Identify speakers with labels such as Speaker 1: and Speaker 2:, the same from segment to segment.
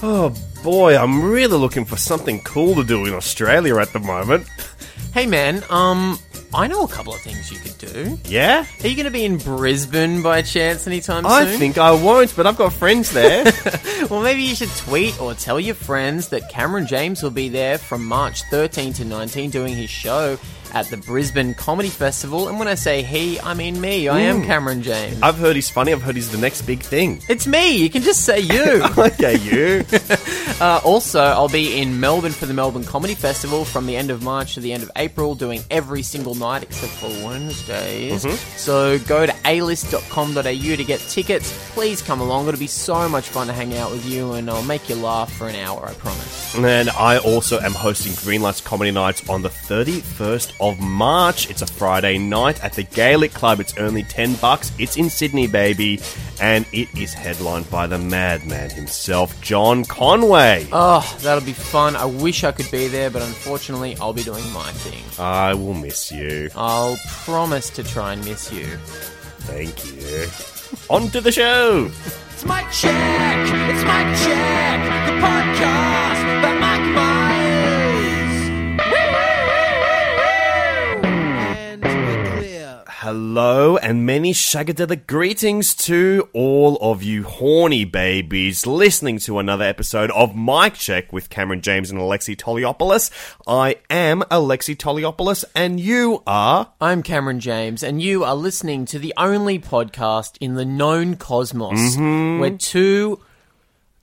Speaker 1: Oh boy, I'm really looking for something cool to do in Australia at the moment.
Speaker 2: Hey man, um, I know a couple of things you could do.
Speaker 1: Yeah?
Speaker 2: Are you going to be in Brisbane by chance anytime
Speaker 1: I
Speaker 2: soon?
Speaker 1: think I won't, but I've got friends there.
Speaker 2: Well, maybe you should tweet or tell your friends that Cameron James will be there from March 13 to 19 doing his show at the Brisbane Comedy Festival. And when I say he, I mean me. I am Cameron James.
Speaker 1: I've heard he's funny, I've heard he's the next big thing.
Speaker 2: It's me. You can just say you.
Speaker 1: okay, you.
Speaker 2: Uh, also, I'll be in Melbourne for the Melbourne Comedy Festival from the end of March to the end of April, doing every single night except for Wednesdays. So go to alist.com.au to get tickets. Please come along. It'll be so much fun to hang out with you, and I'll make you laugh for an hour, I promise.
Speaker 1: and I also am hosting Greenlight's Comedy Nights on the 31st of March. It's a Friday night at the Gaelic Club. It's only 10 bucks. It's in Sydney, baby. And it is headlined by the madman himself, John Conway.
Speaker 2: Oh, that'll be fun. I wish I could be there, but unfortunately, I'll be doing my thing.
Speaker 1: I will miss you.
Speaker 2: I'll promise to try and miss you.
Speaker 1: Thank you. On to the show.
Speaker 3: It's my check. It's my check. The podcast by Mike Myers. And we're clear.
Speaker 1: Hello and many shagadelic greetings to all of you horny babies listening to another episode of Mic Check with Cameron James and Alexi Toliopoulos. I am Alexi Toliopoulos and you are
Speaker 2: I'm Cameron James, and you are listening to the only podcast in the known cosmos
Speaker 1: Mm-hmm.
Speaker 2: where two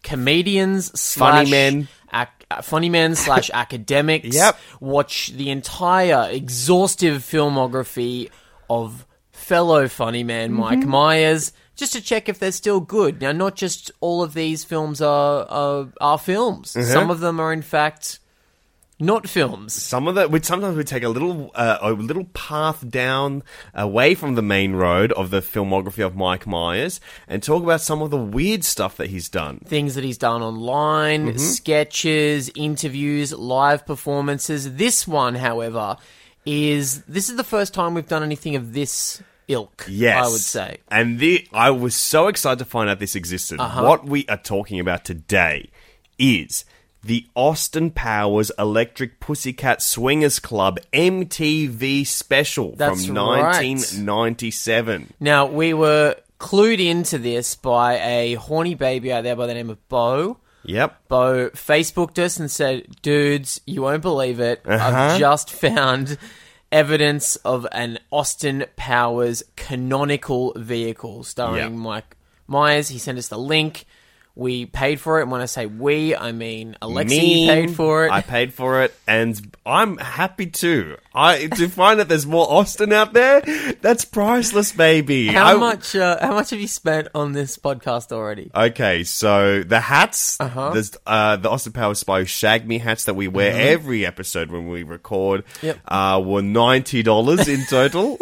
Speaker 2: comedians, slash
Speaker 1: men.
Speaker 2: ac- uh, funny men slash academics,
Speaker 1: Yep.
Speaker 2: watch the entire exhaustive filmography of fellow funny man
Speaker 1: Mm-hmm.
Speaker 2: Mike Myers. Just to check if they're still good. Now, not just all of these films are are, are films.
Speaker 1: Uh-huh.
Speaker 2: Some of them are, in fact, not films.
Speaker 1: some of the we sometimes we take a little uh, a little path down away from the main road of the filmography of Mike Myers and talk about some of the weird stuff that he's done.
Speaker 2: things that he's done online, sketches, interviews, live performances. This one, however, is this is the first time we've done anything of this ilk.
Speaker 1: Yes,
Speaker 2: I would say.
Speaker 1: And the I was so excited to find out this existed.
Speaker 2: Uh-huh.
Speaker 1: What we are talking about today is the Austin Powers Electric Pussycat Swingers Club MTV special
Speaker 2: That's
Speaker 1: from
Speaker 2: right.
Speaker 1: 1997.
Speaker 2: Now we were clued into this by a horny baby out there by the name of Bo.
Speaker 1: Yep.
Speaker 2: Bo Facebooked us and said, "Dudes, you won't believe it.
Speaker 1: Uh-huh.
Speaker 2: I've just found." Evidence of an Austin Powers canonical vehicle starring
Speaker 1: Yeah.
Speaker 2: Mike Myers. He sent us the link. We paid for it. And when I say we, I mean Alexi
Speaker 1: Me,
Speaker 2: paid for it.
Speaker 1: I paid for it, and I'm happy too. I to find that there's more Austin out there. That's priceless, baby.
Speaker 2: how
Speaker 1: I-
Speaker 2: much? Uh, how much have you spent on this podcast already?
Speaker 1: Okay, so the hats,
Speaker 2: Uh-huh.
Speaker 1: there's uh, the Austin Powers Spy Shag Me hats that we wear every episode when we record,
Speaker 2: Mm-hmm. Yep.
Speaker 1: uh, were ninety dollars in total.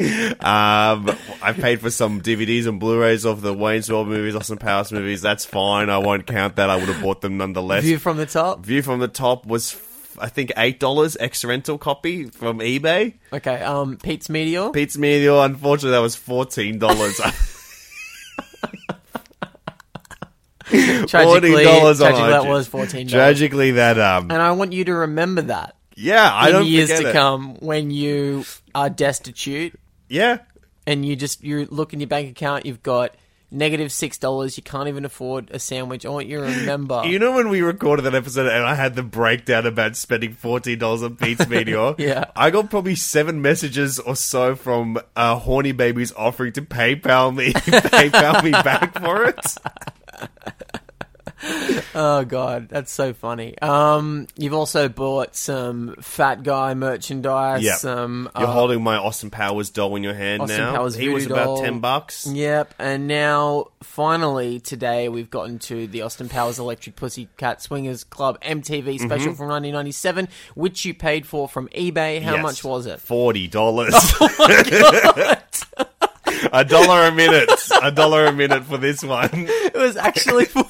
Speaker 1: um, I paid for some DVDs and Blu-rays of the Wayne's World movies, Austin Powers movies. That's fine. I won't count that. I would have bought them nonetheless.
Speaker 2: View from the top.
Speaker 1: View from the top was, f- I think, eight dollars ex rental copy from eBay.
Speaker 2: Okay. Um, Pete's Meteor.
Speaker 1: Pete's Meteor, unfortunately, that was fourteen dollars.
Speaker 2: tragically,
Speaker 1: $14 on
Speaker 2: tragically that
Speaker 1: iTunes.
Speaker 2: was fourteen dollars.
Speaker 1: Tragically, that um,
Speaker 2: And I want you to remember that
Speaker 1: yeah, I
Speaker 2: in
Speaker 1: don't
Speaker 2: years
Speaker 1: forget
Speaker 2: to
Speaker 1: it.
Speaker 2: come when you are destitute
Speaker 1: Yeah.
Speaker 2: and you just you look in your bank account, you've got negative six dollars. You can't even afford a sandwich. I want you to remember.
Speaker 1: You know when we recorded that episode and I had the breakdown about spending fourteen dollars on Pete's Meteor?
Speaker 2: Yeah.
Speaker 1: I got probably seven messages or so from uh, horny babies offering to PayPal me PayPal me back for it.
Speaker 2: oh god, that's so funny. Um, you've also bought some fat guy merchandise.
Speaker 1: Yeah.
Speaker 2: Some.
Speaker 1: You're
Speaker 2: uh,
Speaker 1: holding my Austin Powers doll in your hand
Speaker 2: Austin
Speaker 1: now.
Speaker 2: Powers
Speaker 1: he was
Speaker 2: voodoo
Speaker 1: about
Speaker 2: doll.
Speaker 1: ten bucks.
Speaker 2: Yep, and now finally today we've gotten to the Austin Powers Electric Pussycat Swingers Club MTV
Speaker 1: Mm-hmm.
Speaker 2: special from 1997, which you paid for from eBay. How
Speaker 1: Yes.
Speaker 2: much was it? Oh
Speaker 1: Forty dollars. a dollar a minute. A dollar a minute for this one.
Speaker 2: It was actually forty.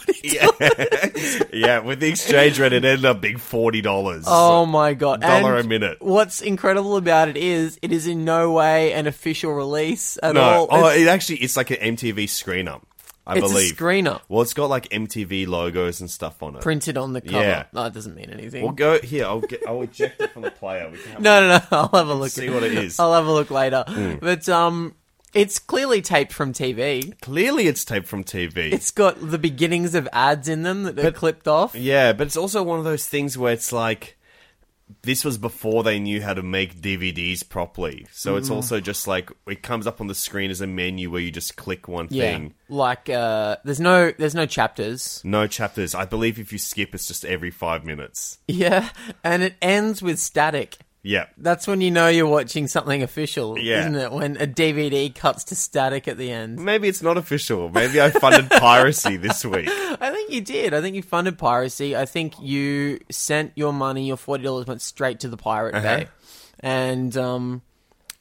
Speaker 1: Yeah, with the exchange rate, it ended up being forty dollars.
Speaker 2: Oh my god!
Speaker 1: Dollar
Speaker 2: And
Speaker 1: a minute.
Speaker 2: What's incredible about it is it is in no way an official release at
Speaker 1: no!
Speaker 2: all.
Speaker 1: Oh,
Speaker 2: It's-
Speaker 1: it actually it's like an MTV screener. I
Speaker 2: It's a
Speaker 1: believe
Speaker 2: screener.
Speaker 1: Well, it's got like MTV logos and stuff on it.
Speaker 2: printed on the cover.
Speaker 1: Yeah.
Speaker 2: No, it doesn't mean anything.
Speaker 1: We'll go here. I'll get. I'll eject it from the player. We can have
Speaker 2: no, no, no. I'll have a look.
Speaker 1: See what it is. Mm.
Speaker 2: I'll have a look later. But um, it's clearly taped from TV.
Speaker 1: Clearly, it's taped from TV.
Speaker 2: It's got the beginnings of ads in them that are clipped off.
Speaker 1: Yeah, but it's also one of those things where it's like this was before they knew how to make DVDs properly. So
Speaker 2: Mm.
Speaker 1: it's also just like it comes up on the screen as a menu where you just click one
Speaker 2: Yeah,
Speaker 1: thing.
Speaker 2: like uh, there's no there's no chapters.
Speaker 1: No chapters. I believe if you skip, it's just every five minutes.
Speaker 2: Yeah, and it ends with static.
Speaker 1: Yeah.
Speaker 2: That's when you know you're watching something official,
Speaker 1: Yeah.
Speaker 2: isn't it? When a DVD cuts to static at the end.
Speaker 1: Maybe it's not official. Maybe I funded piracy this week.
Speaker 2: I think you did. I think you funded piracy. I think you sent your money, your forty dollars went straight to the pirate bay, and um,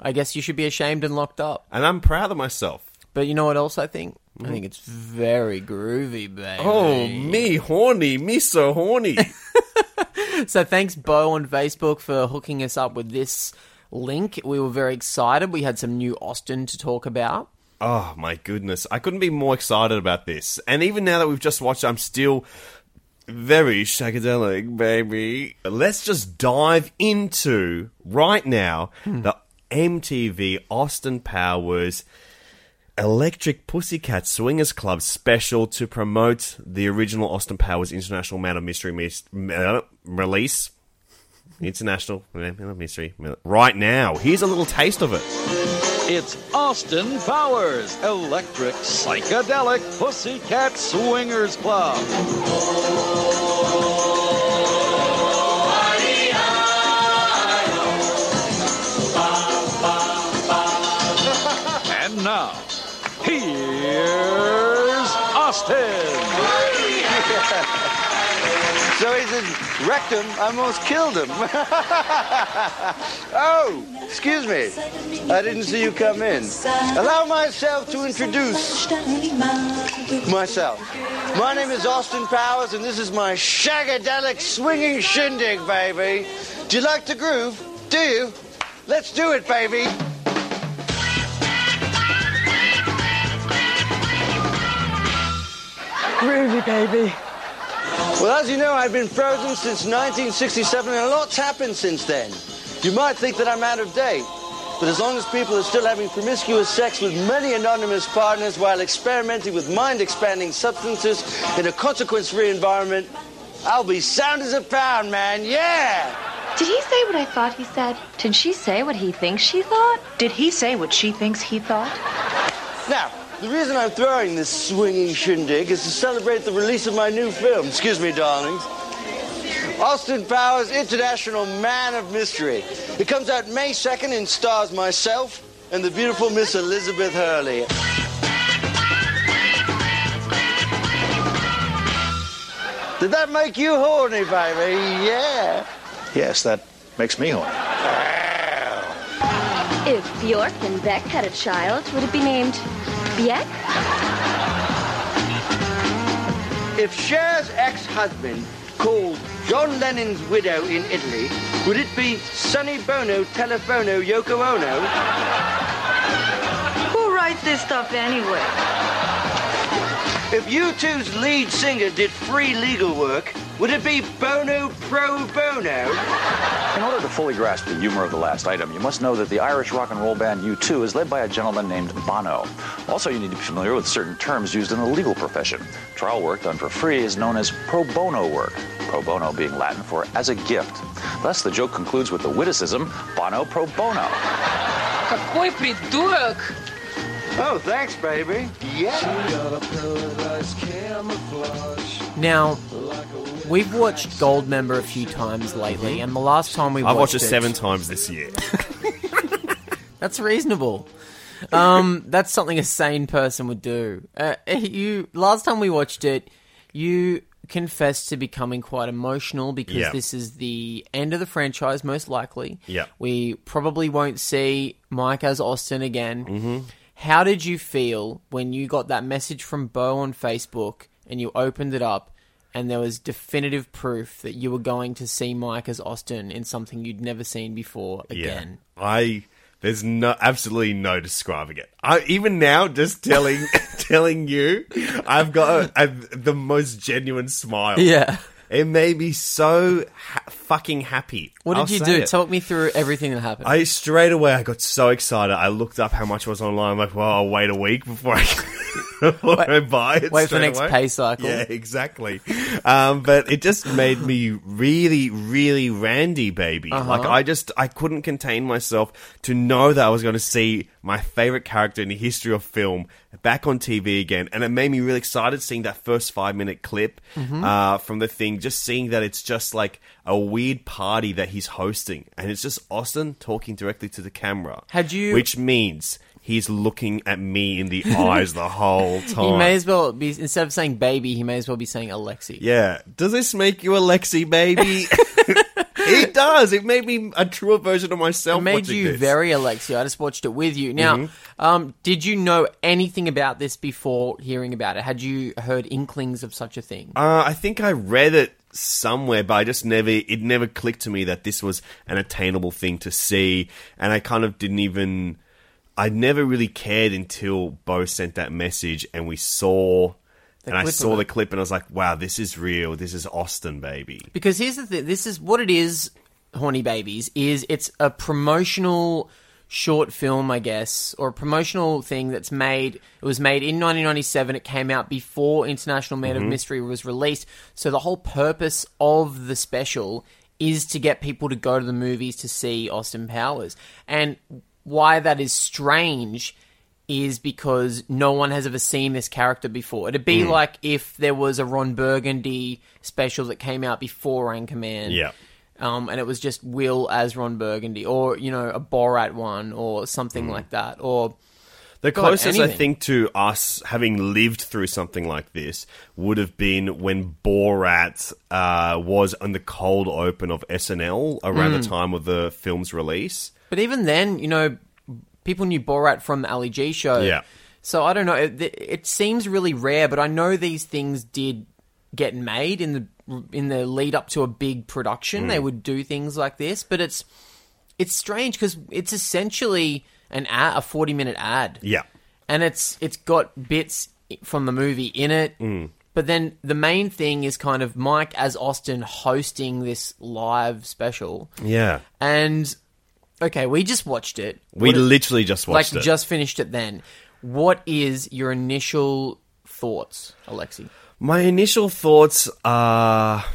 Speaker 2: I guess you should be ashamed and locked up.
Speaker 1: And I'm proud of myself.
Speaker 2: But you know what else I think? I think it's very groovy, baby.
Speaker 1: Oh, me horny. Me so horny.
Speaker 2: So thanks, Bo, on Facebook for hooking us up with this link. We were very excited. We had some new Austin to talk about.
Speaker 1: Oh my goodness. I couldn't be more excited about this. And even now that we've just watched, I'm still very shagadelic, baby. Let's just dive into right now the MTV Austin Powers Electric Pussycat Swingers Club special to promote the original Austin Powers International Man of Mystery mis- uh, release. International Man of Mystery. Right now. Here's a little taste of it.
Speaker 4: It's Austin Powers, Electric Psychedelic Pussycat Swingers Club. And now, here's Austin.
Speaker 5: So he says, wrecked him, I almost killed him. oh, excuse me. I didn't see you come in. Allow myself to introduce myself. My name is Austin Powers, and this is my shagadelic swinging shindig, baby. Do you like the groove? Do you? Let's do it, baby.
Speaker 6: Groovy, baby.
Speaker 5: Well, as you know, I've been frozen since 1967, and a lot's happened since then. You might think that I'm out of date, but as long as people are still having promiscuous sex with many anonymous partners while experimenting with mind-expanding substances in a consequence-free environment, I'll be sound as a pound, man. Yeah.
Speaker 6: Did he say what I thought he said? Did she say what he thinks she thought? Did he say what she thinks he thought?
Speaker 5: Now, the reason I'm throwing this swinging shindig is to celebrate the release of my new film. Excuse me, darlings. Austin Powers, International Man of Mystery. It comes out May 2nd and stars myself and the beautiful Miss Elizabeth Hurley. Did that make you horny, baby? Yeah.
Speaker 4: Yes, that makes me horny.
Speaker 6: If Bjork and Beck had a child, would it be named Bieck?
Speaker 5: If Cher's ex-husband called John Lennon's widow in Italy, would it be Sonny Bono Telefono Yoko Ono?
Speaker 6: Who writes this stuff anyway?
Speaker 5: If U2's lead singer did free legal work, would it be bono pro bono?
Speaker 4: In order to fully grasp the humor of the last item, you must know that the Irish rock and roll band U2 is led by a gentleman named Bono. Also, you need to be familiar with certain terms used in the legal profession. Trial work done for free is known as pro bono work, pro bono being Latin for as a gift. Thus, the joke concludes with the witticism Bono pro bono.
Speaker 7: Какой придурок!
Speaker 5: Oh, thanks, baby.
Speaker 2: Now, we've watched Goldmember a few times lately, and the last time we
Speaker 1: I've watched
Speaker 2: watched
Speaker 1: it seven times this year.
Speaker 2: That's reasonable. Um, that's something a sane person would do. Uh, you last time we watched it, you confessed to becoming quite emotional because
Speaker 1: Yeah.
Speaker 2: this is the end of the franchise, most likely.
Speaker 1: Yeah.
Speaker 2: we probably won't see Mike as Austin again. Mm-hmm. How did you feel when you got that message from Bo on Facebook and you opened it up? And there was definitive proof that you were going to see Mike as Austin in something you'd never seen before again.
Speaker 1: Yeah. I there's no absolutely no describing it. I even now just telling telling you, I've got a, a, the most genuine smile.
Speaker 2: Yeah.
Speaker 1: It made me so ha- fucking happy.
Speaker 2: What
Speaker 1: I'll
Speaker 2: did you
Speaker 1: say
Speaker 2: do?
Speaker 1: it.
Speaker 2: Talk me through everything that happened.
Speaker 1: I straight away I got so excited. I looked up how much was online. I'm like, well, I'll wait a week before I, before I buy it.
Speaker 2: wait for the
Speaker 1: straight
Speaker 2: next
Speaker 1: away.
Speaker 2: pay cycle.
Speaker 1: Yeah, exactly. um, but it just made me really, really randy, baby. Like
Speaker 2: Uh-huh.
Speaker 1: I just I couldn't contain myself to know that I was going to see my favorite character in the history of film back on TV again, and it made me really excited seeing that first five minute clip
Speaker 2: Mm-hmm.
Speaker 1: uh, from the thing. Just seeing that it's just like a weird party that he's hosting, and it's just Austin talking directly to the camera.
Speaker 2: Had you-
Speaker 1: which means. He's looking at me in the eyes the whole time.
Speaker 2: he may as well be instead of saying baby, he may as well be saying Alexi.
Speaker 1: Yeah. Does this make you a Lexi baby? it does. It made me a truer version of myself.
Speaker 2: It made
Speaker 1: watching
Speaker 2: you
Speaker 1: this. Mm-hmm.
Speaker 2: very Alexi. I just watched it with you. Now, um, did you know anything about this before hearing about it? Had you heard inklings of such a thing?
Speaker 1: Uh, I think I read it somewhere, but I just never. It never clicked to me that this was an attainable thing to see, and I kind of didn't even. I never really cared until Bo sent that message, and we saw. and I
Speaker 2: clip of
Speaker 1: saw
Speaker 2: it.
Speaker 1: the clip, and I was like, "Wow, this is real. This is Austin, baby."
Speaker 2: Because here's the thing. This is what it is. Horny Babies is it's a promotional short film, I guess, or a promotional thing that's made. It was made in 1997. It came out before International Man of Mystery was released. So the whole purpose of the special is to get people to go to the movies to see Austin Powers. And why that is strange is because no one has ever seen this character before. It'd be like if there was a Ron Burgundy special that came out before Anchorman.
Speaker 1: Yeah.
Speaker 2: Um, and it was just Will as Ron Burgundy, or you know, a Borat one, or something like that, or
Speaker 1: The
Speaker 2: God,
Speaker 1: closest I
Speaker 2: anything.
Speaker 1: think to us having lived through something like this would have been when Borat uh, was on the cold open of SNL around
Speaker 2: Hmm.
Speaker 1: the time of the film's release.
Speaker 2: But even then, you know, people knew Borat from the Ali G show.
Speaker 1: Yeah.
Speaker 2: So I don't know. It, it seems really rare, but I know these things did get made in the in the lead up to a big production.
Speaker 1: Hmm.
Speaker 2: They would do things like this, but it's it's strange because it's essentially an ad, a forty minute ad.
Speaker 1: Yeah.
Speaker 2: And it's it's got bits from the movie in it.
Speaker 1: Hmm.
Speaker 2: But then the main thing is kind of Mike as Austin hosting this live special.
Speaker 1: Yeah.
Speaker 2: And okay, we just watched it.
Speaker 1: We
Speaker 2: What-
Speaker 1: literally just watched
Speaker 2: like
Speaker 1: it.
Speaker 2: just finished it then. What is your initial thoughts, Alexi?
Speaker 1: My initial thoughts are.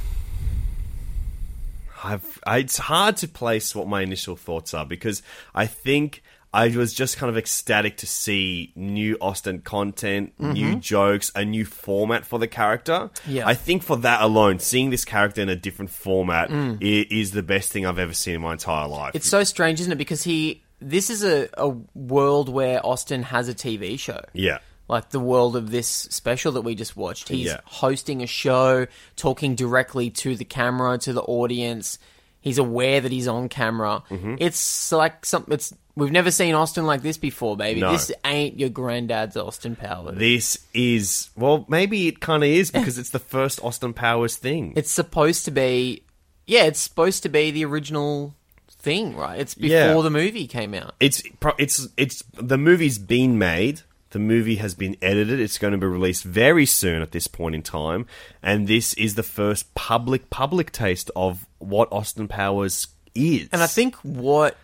Speaker 1: I've, I- it's hard to place what my initial thoughts are because I think I was just kind of ecstatic to see new Austin content, new jokes, a new format for the character.
Speaker 2: Mm-hmm. Yeah.
Speaker 1: I think for that alone, seeing this character in a different format i is, the best thing I've ever seen in my entire life.
Speaker 2: Mm. It's so strange, isn't it? Because he this is a, a world where Austin has a TV show.
Speaker 1: yeah.
Speaker 2: Like the world of this special that we just watched. He's
Speaker 1: Yeah.
Speaker 2: hosting a show, talking directly to the camera, to the audience. He's aware that he's on camera.
Speaker 1: Mm-hmm.
Speaker 2: It's like some it's we've never seen Austin like this before, baby.
Speaker 1: No.
Speaker 2: This ain't your granddad's Austin Powers.
Speaker 1: This is, well, maybe it kind of is because it's the first Austin Powers thing.
Speaker 2: It's supposed to be, yeah, it's supposed to be the original thing, right? It's before
Speaker 1: Yeah.
Speaker 2: the movie came out.
Speaker 1: it's pro- it's it's the movie's been made. The movie has been edited. It's going to be released very soon at this point in time. And this is the first public, public taste of what Austin Powers is.
Speaker 2: And I think what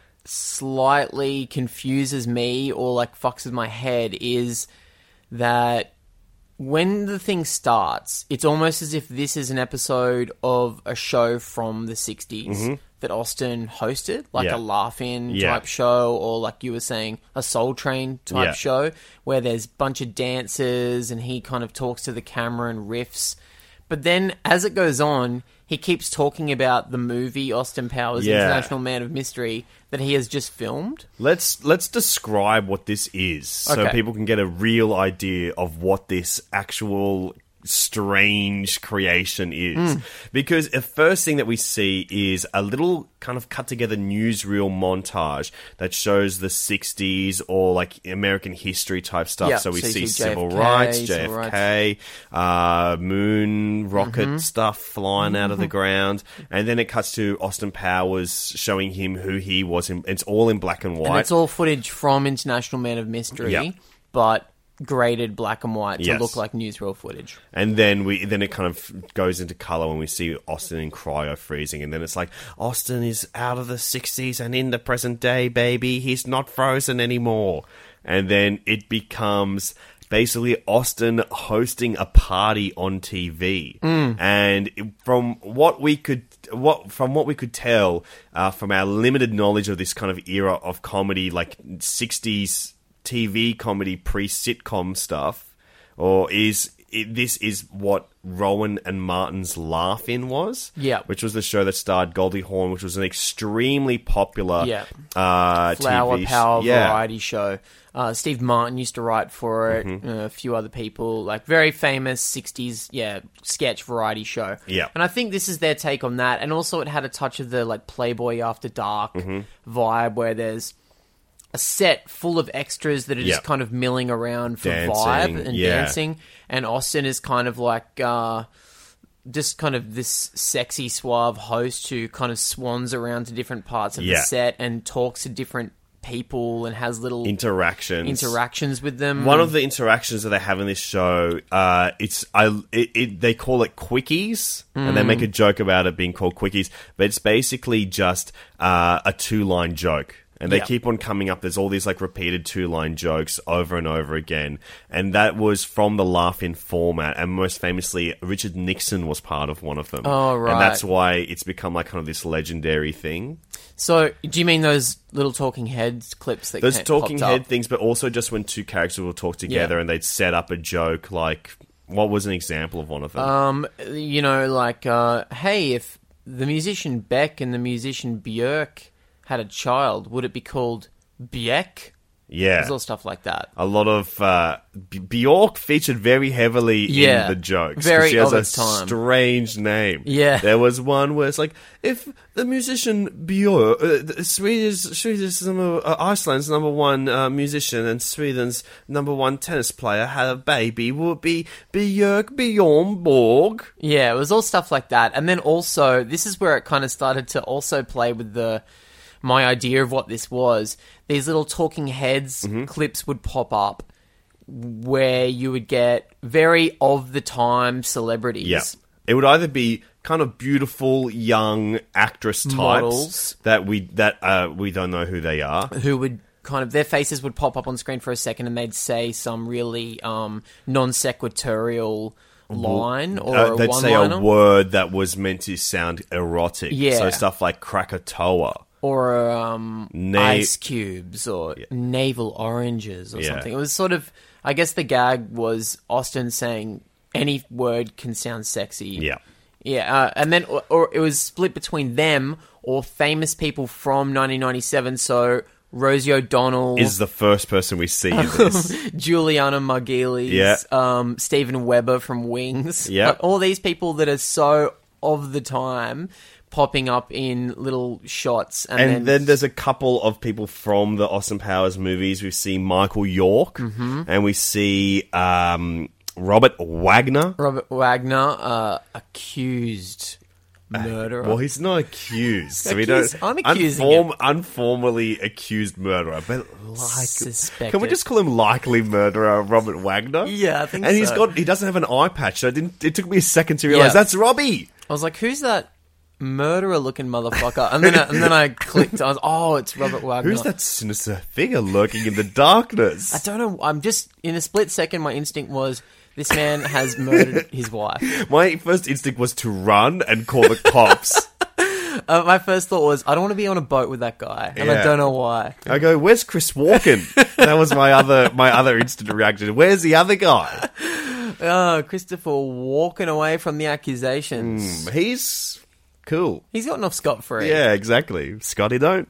Speaker 2: slightly confuses me or like fucks with my head is that when the thing starts, it's almost as if this is an episode of a show from the 60s
Speaker 1: Mhm.
Speaker 2: that Austin hosted, like
Speaker 1: Yeah.
Speaker 2: a laugh in
Speaker 1: Yeah.
Speaker 2: type show, or like you were saying, a soul train type
Speaker 1: Yeah.
Speaker 2: show, where there's a bunch of dancers and he kind of talks to the camera and riffs. But then as it goes on, he keeps talking about the movie Austin Powers
Speaker 1: Yeah.
Speaker 2: International Man of Mystery that he has just filmed.
Speaker 1: Let's let's describe what this is so
Speaker 2: Okay.
Speaker 1: people can get a real idea of what this actual strange creation is.
Speaker 8: Mm.
Speaker 1: Because the first thing that we see is a little kind of cut together newsreel montage that shows the 60s or like American history type stuff.
Speaker 8: Yeah,
Speaker 1: so we
Speaker 8: so you
Speaker 1: see,
Speaker 8: see
Speaker 1: civil
Speaker 8: JFK,
Speaker 1: rights,
Speaker 8: civil rights.
Speaker 1: JFK, uh, moon rocket
Speaker 8: Mhm.
Speaker 1: stuff flying out of the
Speaker 8: Mhm.
Speaker 1: ground. And then it cuts to Austin Powers showing him who he was. In, it's all in black and white.
Speaker 2: And it's all footage from International Man of Mystery,
Speaker 1: Yeah.
Speaker 2: but graded black and white to
Speaker 1: Yes.
Speaker 2: look like newsreel footage.
Speaker 1: And then we then it kind of goes into color when we see Austin in cryo freezing, and then it's like Austin is out of the '60s and in the present day, baby. He's not frozen anymore. And then it becomes basically Austin hosting a party on TV.
Speaker 8: Mm.
Speaker 1: And from what we could what from what we could tell uh, from our limited knowledge of this kind of era of comedy, like '60s TV comedy pre sitcom stuff or is it, this is what Rowan and Martin's Laugh In was?
Speaker 2: Yeah.
Speaker 1: which was the show that starred Goldie Hawn, which was an extremely popular
Speaker 2: Yeah.
Speaker 1: uh,
Speaker 2: Flower
Speaker 1: TV sh-
Speaker 2: Power
Speaker 1: yeah.
Speaker 2: variety show. Uh, Steve Martin used to write for it.
Speaker 1: Mm-hmm.
Speaker 2: uh, a few other people, like very famous '60s, yeah, sketch variety show.
Speaker 1: Yeah.
Speaker 2: and I think this is their take on that. And also, it had a touch of the like Playboy After Dark
Speaker 1: Mhm.
Speaker 2: vibe, where there's a set full of extras that are
Speaker 1: Yeah.
Speaker 2: just kind of milling around for
Speaker 1: Dancing,
Speaker 2: vibe and
Speaker 1: yeah.
Speaker 2: dancing. And Austin is kind of like. Uh, just kind of this sexy, suave host who kind of swans around to different parts of the
Speaker 1: Yeah.
Speaker 2: set set and talks to different people and has little
Speaker 1: interactions
Speaker 2: interactions with them.
Speaker 1: One of the interactions that they have in this show, uh, it's I it, it, they call it quickies, and they
Speaker 8: Mm.
Speaker 1: make a joke about it being called quickies, but it's basically just uh, a two line joke. And they
Speaker 8: Yeah.
Speaker 1: keep on coming up. There's all these like repeated two line jokes over and over again. And that was from the laugh in format. And most famously, Richard Nixon was part of one of them.
Speaker 2: Oh, right.
Speaker 1: And that's why it's become like kind of this legendary thing.
Speaker 2: so, do you mean those little talking heads clips that
Speaker 1: Those
Speaker 2: ca-
Speaker 1: talking
Speaker 2: popped
Speaker 1: head
Speaker 2: up?
Speaker 1: things, but also just when two characters will talk together
Speaker 2: Yeah.
Speaker 1: and they'd set up a joke. Like, what was an example of one of them?
Speaker 2: Um, you know, like, uh, hey, if the musician Beck and the musician Björk had a child, would it be called Bjek?
Speaker 1: Yeah.
Speaker 2: there's all stuff like that.
Speaker 1: a lot of uh, B- Bjork featured very heavily
Speaker 2: Yeah.
Speaker 1: in the jokes. 'cause
Speaker 2: Very
Speaker 1: she has a
Speaker 2: of its time.
Speaker 1: strange name.
Speaker 2: Yeah.
Speaker 1: there was one where it's like if the musician Bjork, uh, the Swedish, Swedish number, uh, Iceland's number one uh, musician and Sweden's number one tennis player had a baby, would it be Bjork Bjorn Borg.
Speaker 2: Yeah, it was all stuff like that. And then also, this is where it kind of started to also play with the my idea of what this was. These little talking heads
Speaker 1: Mm-hmm.
Speaker 2: clips would pop up where you would get very of the time celebrities.
Speaker 1: Yeah. It would either be kind of beautiful young actress types
Speaker 2: Models.
Speaker 1: that we that uh, we don't know who they are.
Speaker 2: who would kind of their faces would pop up on screen for a second and they'd say some really um, non sequitorial line or
Speaker 1: Uh,
Speaker 2: a
Speaker 1: they'd
Speaker 2: one
Speaker 1: say a
Speaker 2: liner
Speaker 1: word that was meant to sound erotic.
Speaker 2: Yeah.
Speaker 1: So stuff like Krakatoa.
Speaker 2: or um,
Speaker 1: Na-
Speaker 2: ice cubes or navel oranges or
Speaker 1: Yeah.
Speaker 2: something. It was sort of, I guess the gag was Austin saying any word can sound sexy.
Speaker 1: Yeah.
Speaker 2: Yeah, uh, and then or, or it was split between them or famous people from 1997. So Rosie O'Donnell
Speaker 1: Is the first person we see in this.
Speaker 2: Juliana Margulies,
Speaker 1: Yeah.
Speaker 2: um, Stephen Weber from Wings,
Speaker 1: Yeah.
Speaker 2: Like, all these people that are so of the time, popping up in little shots, and,
Speaker 1: and then, there's a couple of people from the Austin Powers movies. We see Michael York
Speaker 2: Mhm.
Speaker 1: and we see um, Robert Wagner.
Speaker 2: Robert Wagner uh, accused murderer.
Speaker 1: Well, he's not accused, so we
Speaker 2: Accused-
Speaker 1: don't.
Speaker 2: I'm accusing
Speaker 1: Unformally accused murderer, but like,
Speaker 2: Suspected.
Speaker 1: can we just call him likely murderer Robert Wagner?
Speaker 2: Yeah, I think
Speaker 1: And he's
Speaker 2: so.
Speaker 1: got he doesn't have an eye patch, so I didn't, it took me a second to realize
Speaker 2: Yeah.
Speaker 1: that's Robbie.
Speaker 2: I was like, who's that murderer looking motherfucker? And then I, and then I clicked. I was, oh, it's Robert Wagner.
Speaker 1: Who's that sinister figure lurking in the darkness?
Speaker 2: I don't know. I'm just in a split second. My instinct was this man has murdered his wife.
Speaker 1: My first instinct was to run and call the cops.
Speaker 2: Uh, my first thought was I don't want to be on a boat with that guy, and
Speaker 1: Yeah.
Speaker 2: I don't know why.
Speaker 1: I go, "Where's Chris Walken?" that was my other my other instant reaction. Where's the other guy?
Speaker 2: Oh, Christopher walking away from the accusations.
Speaker 1: He's cool.
Speaker 2: He's gotten off scot free.
Speaker 1: Hmm. Yeah, exactly. Scotty, don't.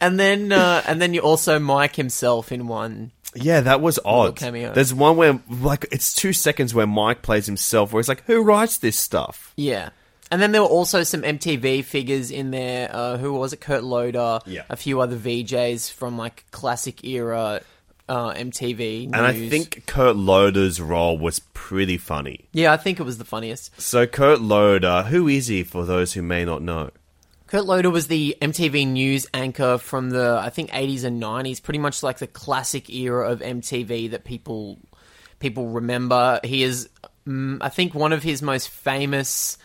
Speaker 2: And then uh, and then you also Mike himself in one.
Speaker 1: Yeah, that was odd.
Speaker 2: cameo.
Speaker 1: There's one where like it's two seconds where Mike plays himself, where he's like, "Who writes this stuff?"
Speaker 2: Yeah. And then there were also some MTV figures in there. Uh, who was it? Kurt Loder.
Speaker 1: Yeah.
Speaker 2: A few other VJs from like classic era uh, MTV. News.
Speaker 1: And I think Kurt Loder's role was pretty funny.
Speaker 2: Yeah, I think it was the funniest.
Speaker 1: So Kurt Loder, who is he for those who may not know?
Speaker 2: Kurt Loder was the MTV news anchor from the I think 80s and 90s, pretty much like the classic era of MTV that people people remember. He is mm, I think one of his most famous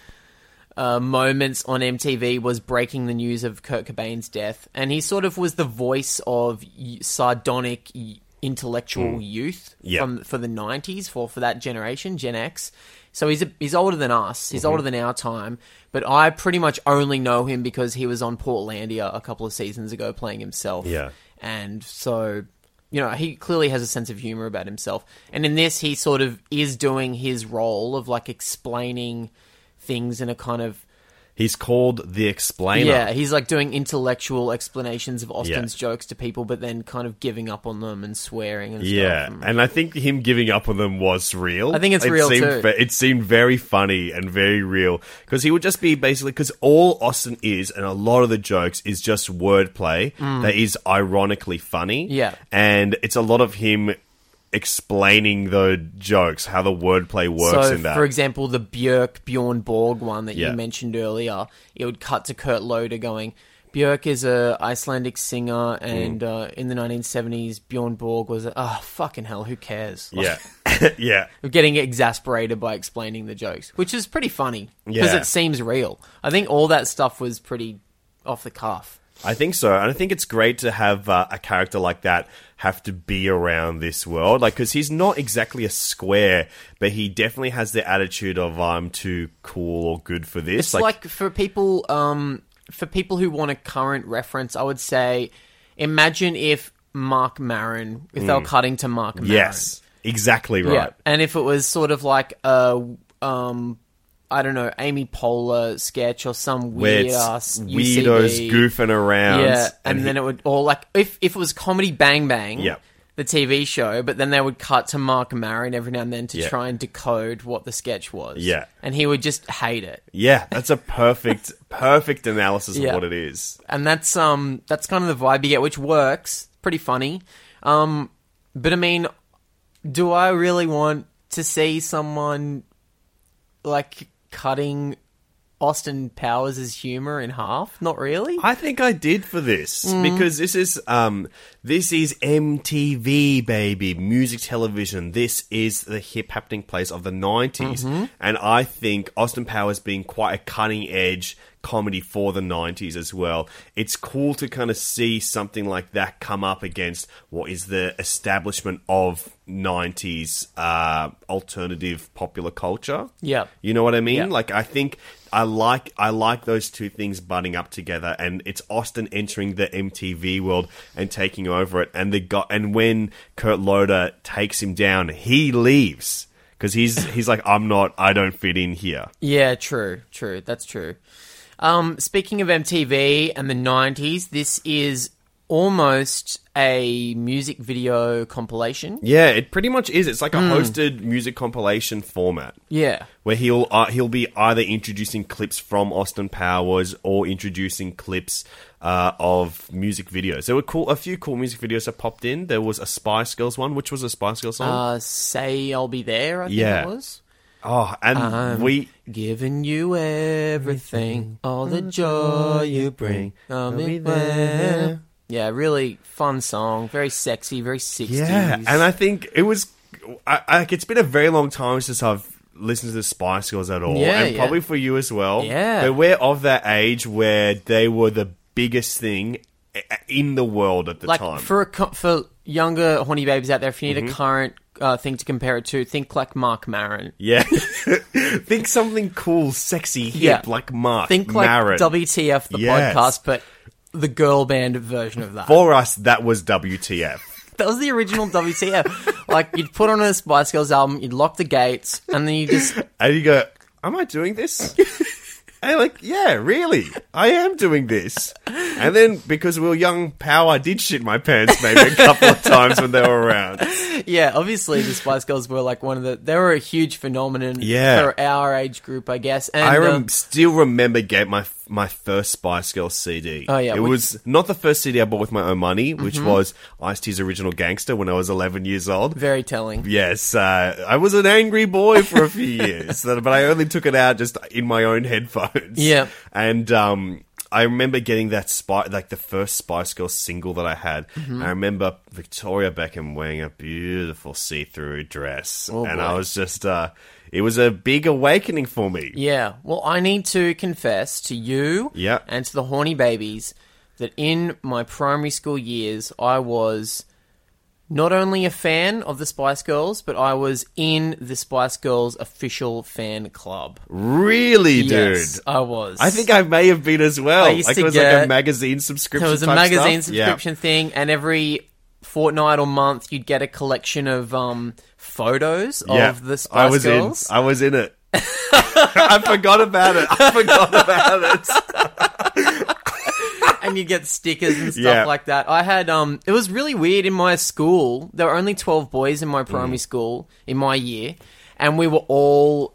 Speaker 2: uh, moments on MTV was breaking the news of Kurt Cobain's death, and he sort of was the voice of y- sardonic y- intellectual youth
Speaker 1: Yeah.
Speaker 2: from for the '90s for for that generation, Gen X. So he's a, he's older than us.
Speaker 1: Mm-hmm.
Speaker 2: He's older than our time, but I pretty much only know him because he was on Portlandia a couple of seasons ago playing himself.
Speaker 1: Yeah.
Speaker 2: and so. You know, he clearly has a sense of humor about himself. And in this, he sort of is doing his role of like explaining things in a kind of
Speaker 1: He's called the Explainer.
Speaker 2: yeah, he's like doing intellectual explanations of Austin's
Speaker 1: Yeah.
Speaker 2: jokes to people, but then kind of giving up on them and swearing and
Speaker 1: Yeah,
Speaker 2: stuff.
Speaker 1: and I think him giving up on them was real.
Speaker 2: I think it's
Speaker 1: it
Speaker 2: real,
Speaker 1: seemed
Speaker 2: too.
Speaker 1: ve- it seemed very funny and very real because he would just be basically because all Austin is and a lot of the jokes is just wordplay that is ironically funny.
Speaker 2: Mm. Yeah.
Speaker 1: and it's a lot of him explaining the jokes, how the wordplay works
Speaker 2: so,
Speaker 1: in that.
Speaker 2: for example, the Björk Bjorn Borg one that
Speaker 1: Yeah.
Speaker 2: you mentioned earlier, it would cut to Kurt Loder going, Björk is a Icelandic singer, and
Speaker 1: Mm.
Speaker 2: uh, in the 1970s, Bjorn Borg was, a- oh, fucking hell, who cares? Like,
Speaker 1: yeah, yeah.
Speaker 2: Getting exasperated by explaining the jokes, which is pretty funny because
Speaker 1: Yeah.
Speaker 2: it seems real. I think all that stuff was pretty off the cuff.
Speaker 1: I think so, and I think it's great to have uh, a character like that have to be around this world, like because he's not exactly a square, but he definitely has the attitude of I'm too cool or good for this.
Speaker 2: It's like, for people um for people who want a current reference, I would say imagine if Mark Maron if they were cutting to Mark Maron.
Speaker 1: Mm. yes, exactly
Speaker 2: Yeah.
Speaker 1: right.
Speaker 2: And if it was sort of like a um I don't know, Amy Poehler sketch or some
Speaker 1: Where
Speaker 2: weird
Speaker 1: it's
Speaker 2: ass UCB.
Speaker 1: weirdos goofing around,
Speaker 2: Yeah, and, then it would or like if if it was comedy Bang Bang.
Speaker 1: Yeah.
Speaker 2: The TV show, but then they would cut to Mark Maron every now and then to
Speaker 1: Yeah.
Speaker 2: try and decode what the sketch was.
Speaker 1: Yeah.
Speaker 2: and he would just hate it.
Speaker 1: yeah, that's a perfect, perfect analysis of
Speaker 2: Yeah.
Speaker 1: what it is.
Speaker 2: and that's um that's kind of the vibe you get, which works. Pretty funny. Um, but I mean, do I really want to see someone like cutting Austin Powers' humor in half? Not really.
Speaker 1: I think I did for this because this is um this is MTV baby music television. This is the hip happening place of the 90s and I think Austin Powers being quite a cutting edge comedy for the 90s as well. It's cool to kind of see something like that come up against what is the establishment of 90s uh alternative popular culture.
Speaker 2: Yeah.
Speaker 1: You know what I mean?
Speaker 2: Yeah.
Speaker 1: Like I think I like I like those two things butting up together and it's Austin entering the MTV world and taking over it and the guy and when Kurt Loder takes him down, he leaves cuz he's he's like I'm not I don't fit in here.
Speaker 2: Yeah, true, true. That's true. Um, speaking of MTV and the '90s, this is almost a music video compilation.
Speaker 1: Yeah, it pretty much is. It's like a hosted music compilation format.
Speaker 2: Yeah.
Speaker 1: where he'll uh, he'll be either introducing clips from Austin Powers or introducing clips uh, of music videos. There were cool a few cool music videos that popped in. There was a Spice Girls one, which was a Spice Girls song.
Speaker 2: Uh, say I'll be there. I think
Speaker 1: Yeah.
Speaker 2: it was.
Speaker 1: Oh, and
Speaker 2: I'm
Speaker 1: we
Speaker 2: giving you everything, all
Speaker 1: Mm-hmm.
Speaker 2: the joy you bring. I'll be there. Yeah, really fun song. Very sexy, very 60s.
Speaker 1: Yeah, and I think it was. I, I, it's been a very long time since I've listened to the Spice Girls at all,
Speaker 2: Yeah,
Speaker 1: and
Speaker 2: yeah.
Speaker 1: probably for you as well.
Speaker 2: Yeah.
Speaker 1: but we're of that age where they were the biggest thing i- in the world at the
Speaker 2: like
Speaker 1: time. Mm-hmm.
Speaker 2: for a co- for younger horny babies out there, if you need a current uh, thing to compare it to, think like Mark Maron.
Speaker 1: yeah, think something cool, sexy, hip,
Speaker 2: Yeah.
Speaker 1: like Mark.
Speaker 2: Think like
Speaker 1: Maron.
Speaker 2: WTF the
Speaker 1: Yes.
Speaker 2: podcast, but the girl band version of that.
Speaker 1: For us, that was WTF.
Speaker 2: that was the original WTF. like you'd put on a Spice Girls album, you'd lock the gates, and then you just
Speaker 1: And you go, Am I doing this? and you're like, yeah, really, I am doing this. And then because we were young, pow, I did shit my pants maybe a couple of times when they were around.
Speaker 2: yeah. Obviously, the Spice Girls were like one of the they were a huge phenomenon
Speaker 1: Yeah.
Speaker 2: for our age group, I guess. And
Speaker 1: I
Speaker 2: uh,
Speaker 1: rem- still remember getting my my first Spice Girls CD.
Speaker 2: Oh, yeah,
Speaker 1: it
Speaker 2: which- Mm-hmm.
Speaker 1: was not the first CD I bought with my own money, which was Ice T's original Gangster when I was 11 years old.
Speaker 2: very telling.
Speaker 1: Yes, uh, I was an angry boy for a few years, but I only took it out just in my own headphones.
Speaker 2: Yeah.
Speaker 1: and um, I remember getting that spy like the first Spice Girls single that I had.
Speaker 2: Mm-hmm.
Speaker 1: I remember Victoria Beckham wearing a beautiful see-through dress,
Speaker 2: Oh,
Speaker 1: and I was just. Uh, it was a big awakening for me.
Speaker 2: Yeah. Well, I need to confess to you
Speaker 1: Yeah.
Speaker 2: and to the horny babies that in my primary school years, I was not only a fan of the Spice Girls, but I was in the Spice Girls official fan club.
Speaker 1: Really,
Speaker 2: Yes,
Speaker 1: dude.
Speaker 2: I was.
Speaker 1: I think I may have been as well.
Speaker 2: I used
Speaker 1: like
Speaker 2: to
Speaker 1: it was like a
Speaker 2: get-
Speaker 1: magazine subscription.
Speaker 2: there was a
Speaker 1: type
Speaker 2: magazine
Speaker 1: stuff. Yeah.
Speaker 2: subscription thing, and every fortnight or month, you'd get a collection of um, photos
Speaker 1: Yeah.
Speaker 2: of the Spice
Speaker 1: I was
Speaker 2: Girls.
Speaker 1: in. I was in it. I forgot about it. I forgot about it.
Speaker 2: and you get stickers and stuff
Speaker 1: Yeah.
Speaker 2: like that. I had um it was really weird in my school. There were only 12 boys in my primary
Speaker 1: Mm.
Speaker 2: school in my year and we were all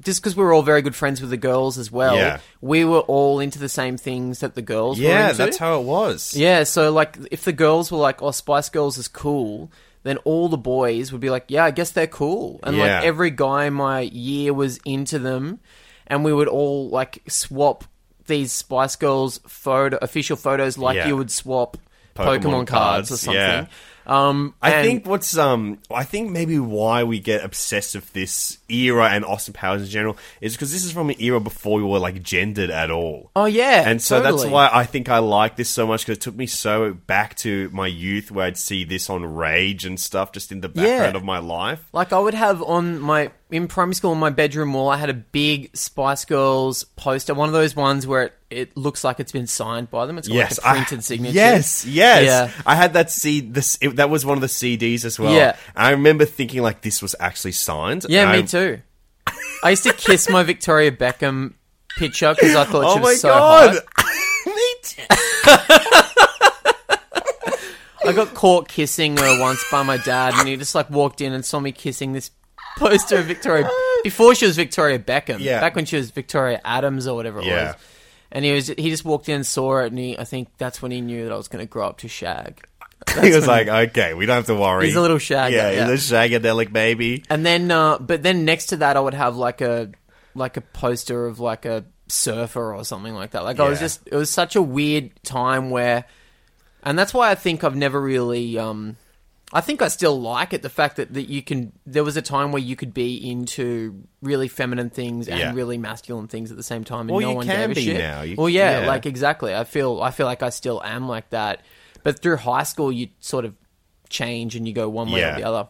Speaker 2: just because we were all very good friends with the girls as well.
Speaker 1: Yeah.
Speaker 2: We were all into the same things that the girls were
Speaker 1: Yeah,
Speaker 2: into.
Speaker 1: that's how it was.
Speaker 2: Yeah, so like if the girls were like, "Oh, Spice Girls is cool," then all the boys would be like, "Yeah, I guess they're cool." And
Speaker 1: Yeah.
Speaker 2: like every guy in my year was into them, and we would all like swap these Spice Girls photo official photos like
Speaker 1: Yeah.
Speaker 2: you would swap
Speaker 1: Pokemon
Speaker 2: Pokemon, cards, or
Speaker 1: cards,
Speaker 2: something.
Speaker 1: yeah.
Speaker 2: Um,
Speaker 1: I
Speaker 2: and-
Speaker 1: think what's um I think maybe why we get obsessed with this era and Austin Powers in general is because this is from an era before we were like gendered at all.
Speaker 2: Oh, yeah,
Speaker 1: and so
Speaker 2: totally.
Speaker 1: that's why I think I like this so much because it took me so back to my youth where I'd see this on Rage and stuff just in the
Speaker 2: Yeah.
Speaker 1: background of my life.
Speaker 2: Like I would have on my in primary school in my bedroom wall, I had a big Spice Girls poster, one of those ones where it, it looks like it's been signed by them. It's got
Speaker 1: Yes,
Speaker 2: like a
Speaker 1: I-
Speaker 2: printed signature.
Speaker 1: Yes, yes.
Speaker 2: Yeah.
Speaker 1: I had that C. This it, that was one of the CDs as well.
Speaker 2: Yeah.
Speaker 1: I remember thinking like this was actually signed.
Speaker 2: Yeah,
Speaker 1: And I-
Speaker 2: me too. I used to kiss my Victoria Beckham picture because I thought
Speaker 1: Oh
Speaker 2: she
Speaker 1: my
Speaker 2: was so
Speaker 1: god,
Speaker 2: hot. I got caught kissing her once by my dad, and he just like walked in and saw me kissing this poster of Victoria before she was Victoria Beckham.
Speaker 1: Yeah.
Speaker 2: back when she was Victoria Adams or whatever it
Speaker 1: Yeah.
Speaker 2: was. And he was he just walked in and saw it, and he, I think that's when he knew that I was going to grow up to shag.
Speaker 1: he was like, okay, we don't have to worry.
Speaker 2: He's a little shagger,
Speaker 1: Yeah,
Speaker 2: yeah.
Speaker 1: he's a shagadelic baby.
Speaker 2: And then, uh, but then next to that, I would have like a like a poster of like a surfer or something like that. Like I was
Speaker 1: Yeah.
Speaker 2: just, it was such a weird time where, and that's why I think I've never really. Um, I think I still like it the fact that, that you can. There was a time where you could be into really feminine things and
Speaker 1: Yeah.
Speaker 2: really masculine things at the same time, and
Speaker 1: Well,
Speaker 2: no
Speaker 1: you
Speaker 2: one
Speaker 1: can
Speaker 2: gave a
Speaker 1: be
Speaker 2: shit.
Speaker 1: now. You-
Speaker 2: well, yeah,
Speaker 1: yeah.
Speaker 2: like exactly. I feel I feel like I still am like that, but through high school, you sort of change and you go one way
Speaker 1: Yeah.
Speaker 2: or the other.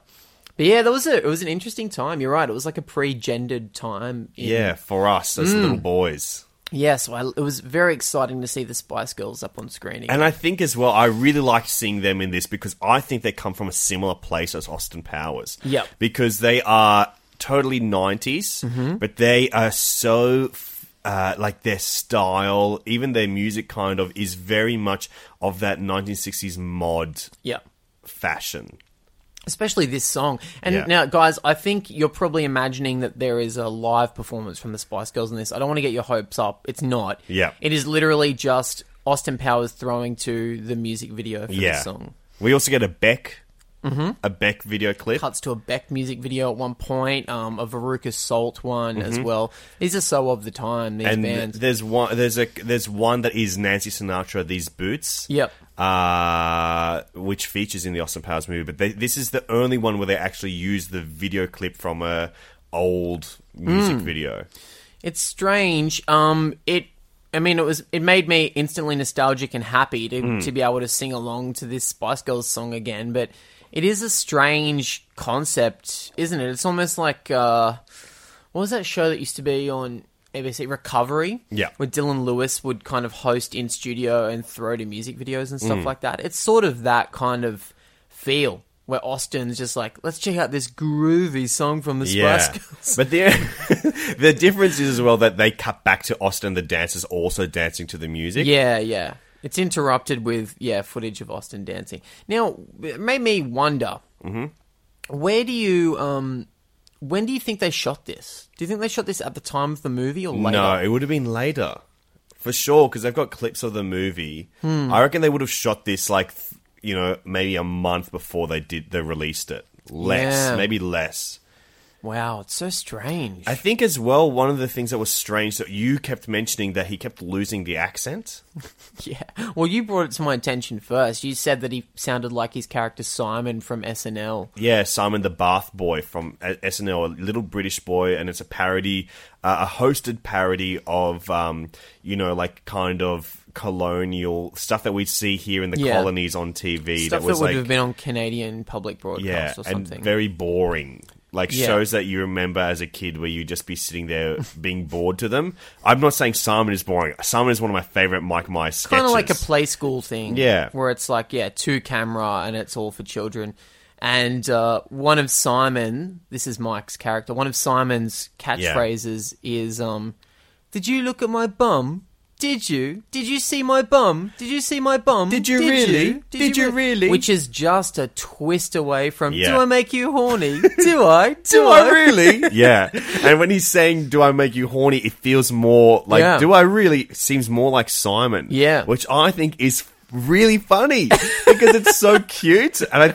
Speaker 2: But yeah, that was a it was an interesting time. You're right. It was like a pre-gendered time. in-
Speaker 1: Yeah, for us as
Speaker 2: Mm.
Speaker 1: little boys.
Speaker 2: Yeah, so I, it was very exciting to see the Spice Girls up on screen. again.
Speaker 1: And I think as well, I really like seeing them in this because I think they come from a similar place as Austin Powers.
Speaker 2: Yep.
Speaker 1: Because they are totally 90s,
Speaker 2: Mm-hmm.
Speaker 1: but they are so. Uh, like their style, even their music, kind of is very much of that 1960s mod
Speaker 2: yeah.
Speaker 1: fashion.
Speaker 2: Especially this song. And
Speaker 1: Yeah.
Speaker 2: now, guys, I think you're probably imagining that there is a live performance from the Spice Girls in this. I don't want to get your hopes up. It's not.
Speaker 1: Yeah.
Speaker 2: It is literally just Austin Powers throwing to the music video for
Speaker 1: yeah.
Speaker 2: the song.
Speaker 1: We also get a Beck
Speaker 2: Mhm.
Speaker 1: a Beck video clip.
Speaker 2: Cuts to a Beck music video at one point, um, a Veruca Salt one as
Speaker 1: Mhm.
Speaker 2: well. These are so of the time. These
Speaker 1: and
Speaker 2: bands.
Speaker 1: there's one there's a there's one that is Nancy Sinatra these boots.
Speaker 2: Yep.
Speaker 1: Uh, which features in the Austin Powers movie, but they, this is the only one where they actually use the video clip from a old music
Speaker 2: Mm.
Speaker 1: video.
Speaker 2: It's strange. Um, it. I mean, it was. It made me instantly nostalgic and happy to,
Speaker 1: Mm.
Speaker 2: to be able to sing along to this Spice Girls song again. But it is a strange concept, isn't it? It's almost like uh, what was that show that used to be on ABC Recovery?
Speaker 1: Yeah.
Speaker 2: where Dylan Lewis would kind of host in studio and throw to music videos and stuff
Speaker 1: Mm.
Speaker 2: like that. It's sort of that kind of feel where Austin's just like, let's check out this groovy song from the Spice Girls.
Speaker 1: But the the difference is as well that they cut back to Austin the dancers also dancing to the music.
Speaker 2: Yeah, yeah. It's interrupted with yeah footage of Austin dancing. Now it made me wonder
Speaker 1: hmm
Speaker 2: where do you um when do you think they shot this? Do you think they shot this at the time of the movie or later?
Speaker 1: No, it would have been later. For sure, because they've got clips of the movie.
Speaker 2: Hmm.
Speaker 1: I reckon they would have shot this like, th- you know, maybe a month before they did they released it. Less,
Speaker 2: Yeah.
Speaker 1: maybe less.
Speaker 2: Wow, it's so strange.
Speaker 1: I think as well one of the things that was strange that you kept mentioning that he kept losing the accent.
Speaker 2: yeah. Well, you brought it to my attention first. You said that he sounded like his character Simon from SNL.
Speaker 1: Yeah, Simon the Bath Boy from uh, SNL, a little British boy, and it's a parody, uh, a hosted parody of, um, you know, like kind of colonial stuff that we see here in the
Speaker 2: Yeah.
Speaker 1: colonies on TV.
Speaker 2: Stuff that,
Speaker 1: that was
Speaker 2: would
Speaker 1: like
Speaker 2: have been on Canadian public broadcast
Speaker 1: yeah,
Speaker 2: or
Speaker 1: and
Speaker 2: something.
Speaker 1: very boring. Like
Speaker 2: Yeah.
Speaker 1: shows that you remember as a kid, where you just be sitting there being bored to them. I'm not saying Simon is boring. Simon is one of my favorite Mike Myers sketches.
Speaker 2: kind of like a play school thing.
Speaker 1: Yeah.
Speaker 2: Where it's like, yeah, two camera and it's all for children. And uh, one of Simon, this is Mike's character, one of Simon's catchphrases is, um, Did you look at my bum? Did you? Did you see my bum? Did you see my bum? Did
Speaker 3: you really?
Speaker 2: Did,
Speaker 3: Did
Speaker 2: you,
Speaker 3: you really?
Speaker 2: Which is just a twist away from,
Speaker 1: Yeah.
Speaker 2: Do I make you horny? Do I? Do,
Speaker 3: I really?
Speaker 1: yeah. And when he's saying, Do I make you horny? It feels more like,
Speaker 2: Yeah.
Speaker 1: Do I really? Seems more like Simon.
Speaker 2: Yeah.
Speaker 1: Which I think is really funny because it's so cute. And I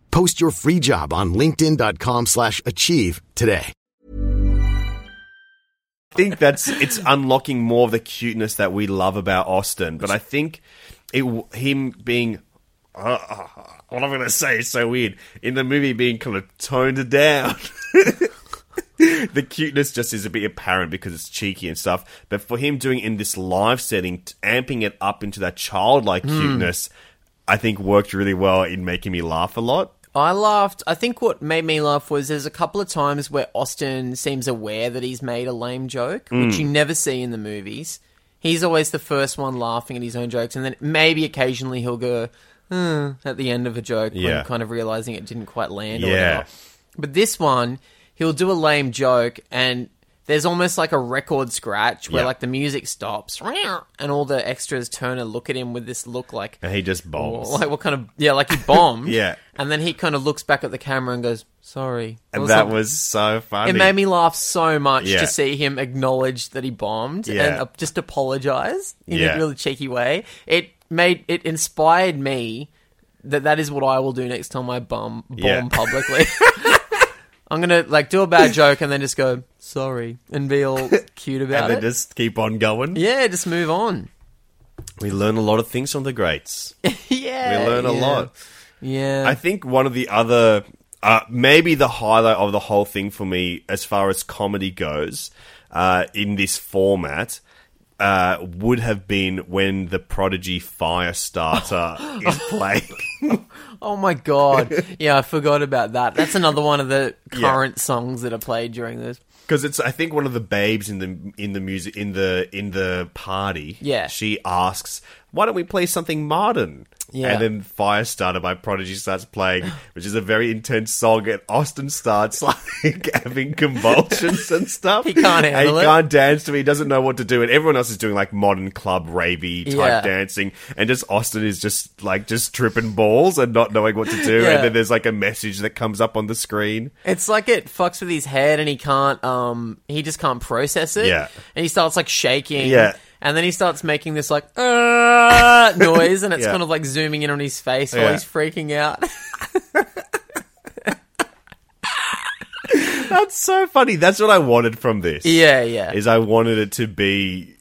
Speaker 9: Post your free job on linkedin.com/achieve slash achieve today.
Speaker 1: think that's it's unlocking more of the cuteness that we love about Austin. But I think it w- him being uh, uh, what I'm going to say is so weird in the movie being kind of toned down. the cuteness just is a bit apparent because it's cheeky and stuff. But for him doing it in this live setting, t- amping it up into that childlike
Speaker 2: Hmm.
Speaker 1: cuteness, I think worked really well in making me laugh a lot.
Speaker 2: I laughed. I think what made me laugh was there's a couple of times where Austin seems aware that he's made a lame joke, which
Speaker 10: Mm.
Speaker 1: Hmm.
Speaker 2: you never see in the movies. He's always the first one laughing at his own jokes, and then maybe occasionally he'll go "Hmm," at the end of a joke
Speaker 1: Yeah.
Speaker 2: when kind of realizing it didn't quite land. Or
Speaker 1: Yeah.
Speaker 2: whatever. But this one, he'll do a lame joke, and there's almost like a record scratch where
Speaker 1: Yeah.
Speaker 2: like the music stops, and all the extras turn and look at him with this look like
Speaker 1: And he just bombs.
Speaker 2: like what kind of yeah, like he bombed.
Speaker 1: Yeah.
Speaker 2: and then he kind of looks back at the camera and goes, "Sorry."
Speaker 1: And
Speaker 2: Or
Speaker 1: that
Speaker 2: something.
Speaker 1: was so funny.
Speaker 2: It made me laugh so much
Speaker 1: Yeah.
Speaker 2: to see him acknowledge that he bombed
Speaker 1: Yeah.
Speaker 2: and uh, just apologize in
Speaker 1: Yeah.
Speaker 2: a really cheeky way. It made it inspired me that that is what I will do next time I bum bomb
Speaker 1: Yeah.
Speaker 2: publicly. I'm gonna like do a bad joke and then just go sorry and be all cute about
Speaker 1: and
Speaker 2: it.
Speaker 1: then just keep on going.
Speaker 2: yeah, just move on.
Speaker 1: We learn a lot of things from the greats.
Speaker 2: Yeah,
Speaker 1: we learn a
Speaker 2: yeah.
Speaker 1: lot.
Speaker 2: Yeah.
Speaker 1: I think one of the other, uh, maybe the highlight of the whole thing for me, as far as comedy goes, uh, in this format. Uh, would have been when the Prodigy Firestarter is playing.
Speaker 2: Oh my god! Yeah, I forgot about that. That's another one of the
Speaker 1: Yeah.
Speaker 2: current songs that are played during this.
Speaker 1: because it's I think one of the babes in the in the music in the in the party.
Speaker 2: Yeah.
Speaker 1: she asks, "Why don't we play something modern?"
Speaker 2: Yeah.
Speaker 1: and then Firestarter by Prodigy starts playing, which is a very intense song, and Austin starts like having convulsions and stuff. He
Speaker 2: can't handle
Speaker 1: he
Speaker 2: it.
Speaker 1: can't dance to it. He doesn't know what to do, and everyone else is doing like modern club ravey type
Speaker 2: Yeah.
Speaker 1: dancing, and just Austin is just like just tripping balls and not knowing what to do.
Speaker 2: Yeah.
Speaker 1: And then there's like a message that comes up on the screen.
Speaker 2: It's like it fucks with his head, and he can't. Um, he just can't process it.
Speaker 1: Yeah.
Speaker 2: and he starts like shaking.
Speaker 1: Yeah.
Speaker 2: and then he starts making this like "Ah," noise, and it's
Speaker 1: Yeah.
Speaker 2: kind of like zooming in on his face
Speaker 1: Yeah.
Speaker 2: while he's freaking out.
Speaker 1: That's so funny. That's what I wanted from this.
Speaker 2: Yeah, yeah.
Speaker 1: Is I wanted it to be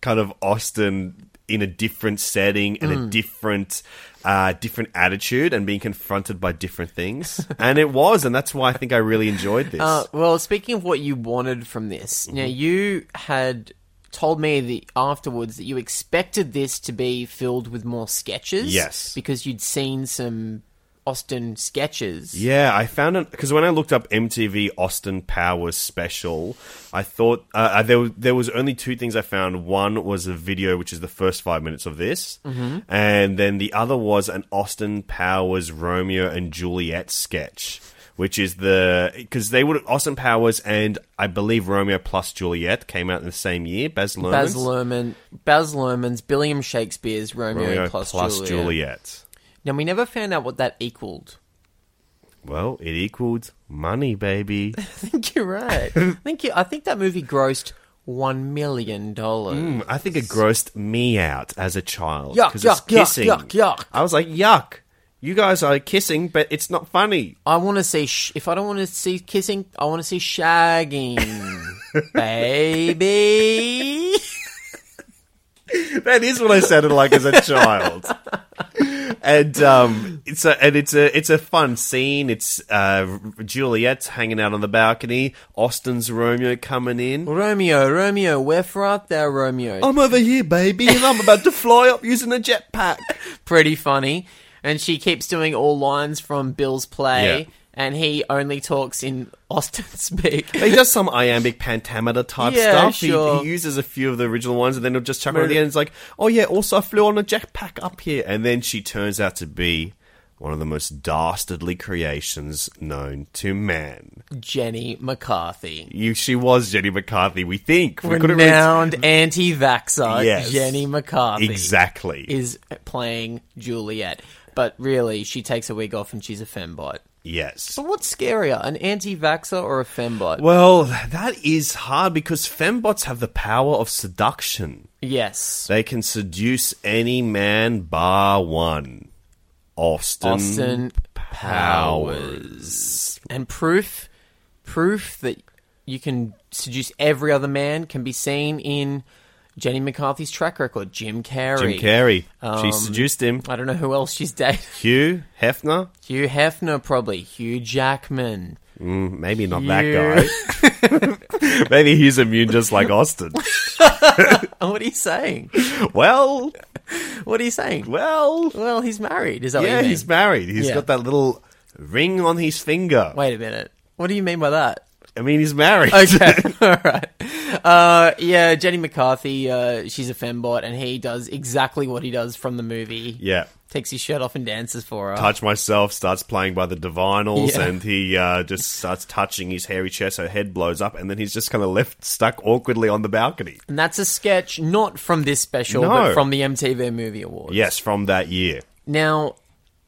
Speaker 1: kind of Austin in a different setting and a
Speaker 2: Mm.
Speaker 1: different uh, different attitude and being confronted by different things. and it was, and that's why I think I really enjoyed this.
Speaker 2: Uh, well, speaking of what you wanted from this, now you had told me the afterwards that you expected this to be filled with more sketches.
Speaker 1: Yes.
Speaker 2: because you'd seen some Austin sketches.
Speaker 1: Yeah, I found it because when I looked up MTV Austin Powers special, I thought uh, uh, there was, there was only two things I found. One was a video, which is the first five minutes of this,
Speaker 2: Mm-hmm.
Speaker 11: Mhm.
Speaker 1: and then the other was an Austin Powers Romeo and Juliet sketch. Which is the because they would Austin Powers and I believe Romeo plus Juliet came out in the same year. Baz Luhrmann,
Speaker 2: Baz Luhrmann, Baz Luhrmann's, Billiam Shakespeare's Romeo, plus, Juliet. Now we never found out what that equaled.
Speaker 1: Well, it equaled money, baby.
Speaker 2: I think you're right. I think you, I think that movie grossed one million dollars.
Speaker 1: Mm, I think it grossed me out as a child.
Speaker 2: Yuck,
Speaker 1: 'cause it's
Speaker 2: yuck, yuck,
Speaker 1: kissing.
Speaker 2: yuck, yuck.
Speaker 1: I was like, yuck. You guys are kissing, but it's not funny.
Speaker 2: I want to see. Sh- if I don't want to see kissing, I want to see shagging, baby.
Speaker 1: that is what I sounded like as a child. and um, it's a and it's a it's a fun scene. It's uh, Juliet's hanging out on the balcony. Austin's Romeo coming in.
Speaker 2: Romeo, Romeo, where for art thou, Romeo?
Speaker 1: I'm over here, baby, and I'm about to fly up using a jetpack.
Speaker 2: Pretty funny. And she keeps doing all lines from Bill's play,
Speaker 1: Yeah.
Speaker 2: and he only talks in Austin speak.
Speaker 1: He does some iambic pentameter type
Speaker 2: Yeah,
Speaker 1: stuff. He-
Speaker 2: sure.
Speaker 1: He, uses a few of the original ones, and then he'll just chuck it at
Speaker 2: Murder-
Speaker 1: the end. It's like, oh yeah, also I flew on a jetpack up here, and then she turns out to be one of the most dastardly creations known to man.
Speaker 2: Jenny McCarthy.
Speaker 1: You, she was Jenny McCarthy. We think we couldn't really-
Speaker 2: Renowned anti-vaxxer
Speaker 1: Yes.
Speaker 2: Jenny McCarthy
Speaker 1: Exactly.
Speaker 2: is playing Juliet, but really she takes a wig off and she's a fembot.
Speaker 1: Yes.
Speaker 2: So what's scarier, an anti-vaxxer or a fembot?
Speaker 1: Well, that is hard because fembots have the power of seduction.
Speaker 2: Yes.
Speaker 1: They can seduce any man bar one. Austin,
Speaker 2: Austin
Speaker 1: Powers.
Speaker 2: And proof, proof that you can seduce every other man can be seen in Jenny McCarthy's track record, Jim Carrey.
Speaker 1: Jim Carrey.
Speaker 2: Um,
Speaker 1: she seduced him.
Speaker 2: I don't know who else she's dated.
Speaker 1: Hugh Hefner.
Speaker 2: Hugh Hefner, probably. Hugh Jackman.
Speaker 1: Mm, maybe not
Speaker 2: Hugh-
Speaker 1: that guy. maybe he's immune just like Austin.
Speaker 2: Oh, what are you saying?
Speaker 1: Well,
Speaker 2: what are you saying?
Speaker 1: Well,
Speaker 2: well, he's married. Is that what
Speaker 1: yeah,
Speaker 2: Oh, you mean?
Speaker 1: he's married. He's
Speaker 2: Yeah.
Speaker 1: got that little ring on his finger.
Speaker 2: Wait a minute. What do you mean by that?
Speaker 1: I mean, he's married.
Speaker 2: Okay, all right. Uh, yeah, Jenny McCarthy. Uh, she's a fembot, and he does exactly what he does from the movie.
Speaker 1: Yeah.
Speaker 2: takes his shirt off and dances for her.
Speaker 1: Touch Myself starts playing by the Divinals,
Speaker 2: Yeah.
Speaker 1: and he uh, just starts touching his hairy chest. Her head blows up, and then he's just kind of left stuck awkwardly on the balcony.
Speaker 2: And that's a sketch not from this special, but
Speaker 1: No.
Speaker 2: from the MTV Movie Award.
Speaker 1: Yes, from that year.
Speaker 2: Now,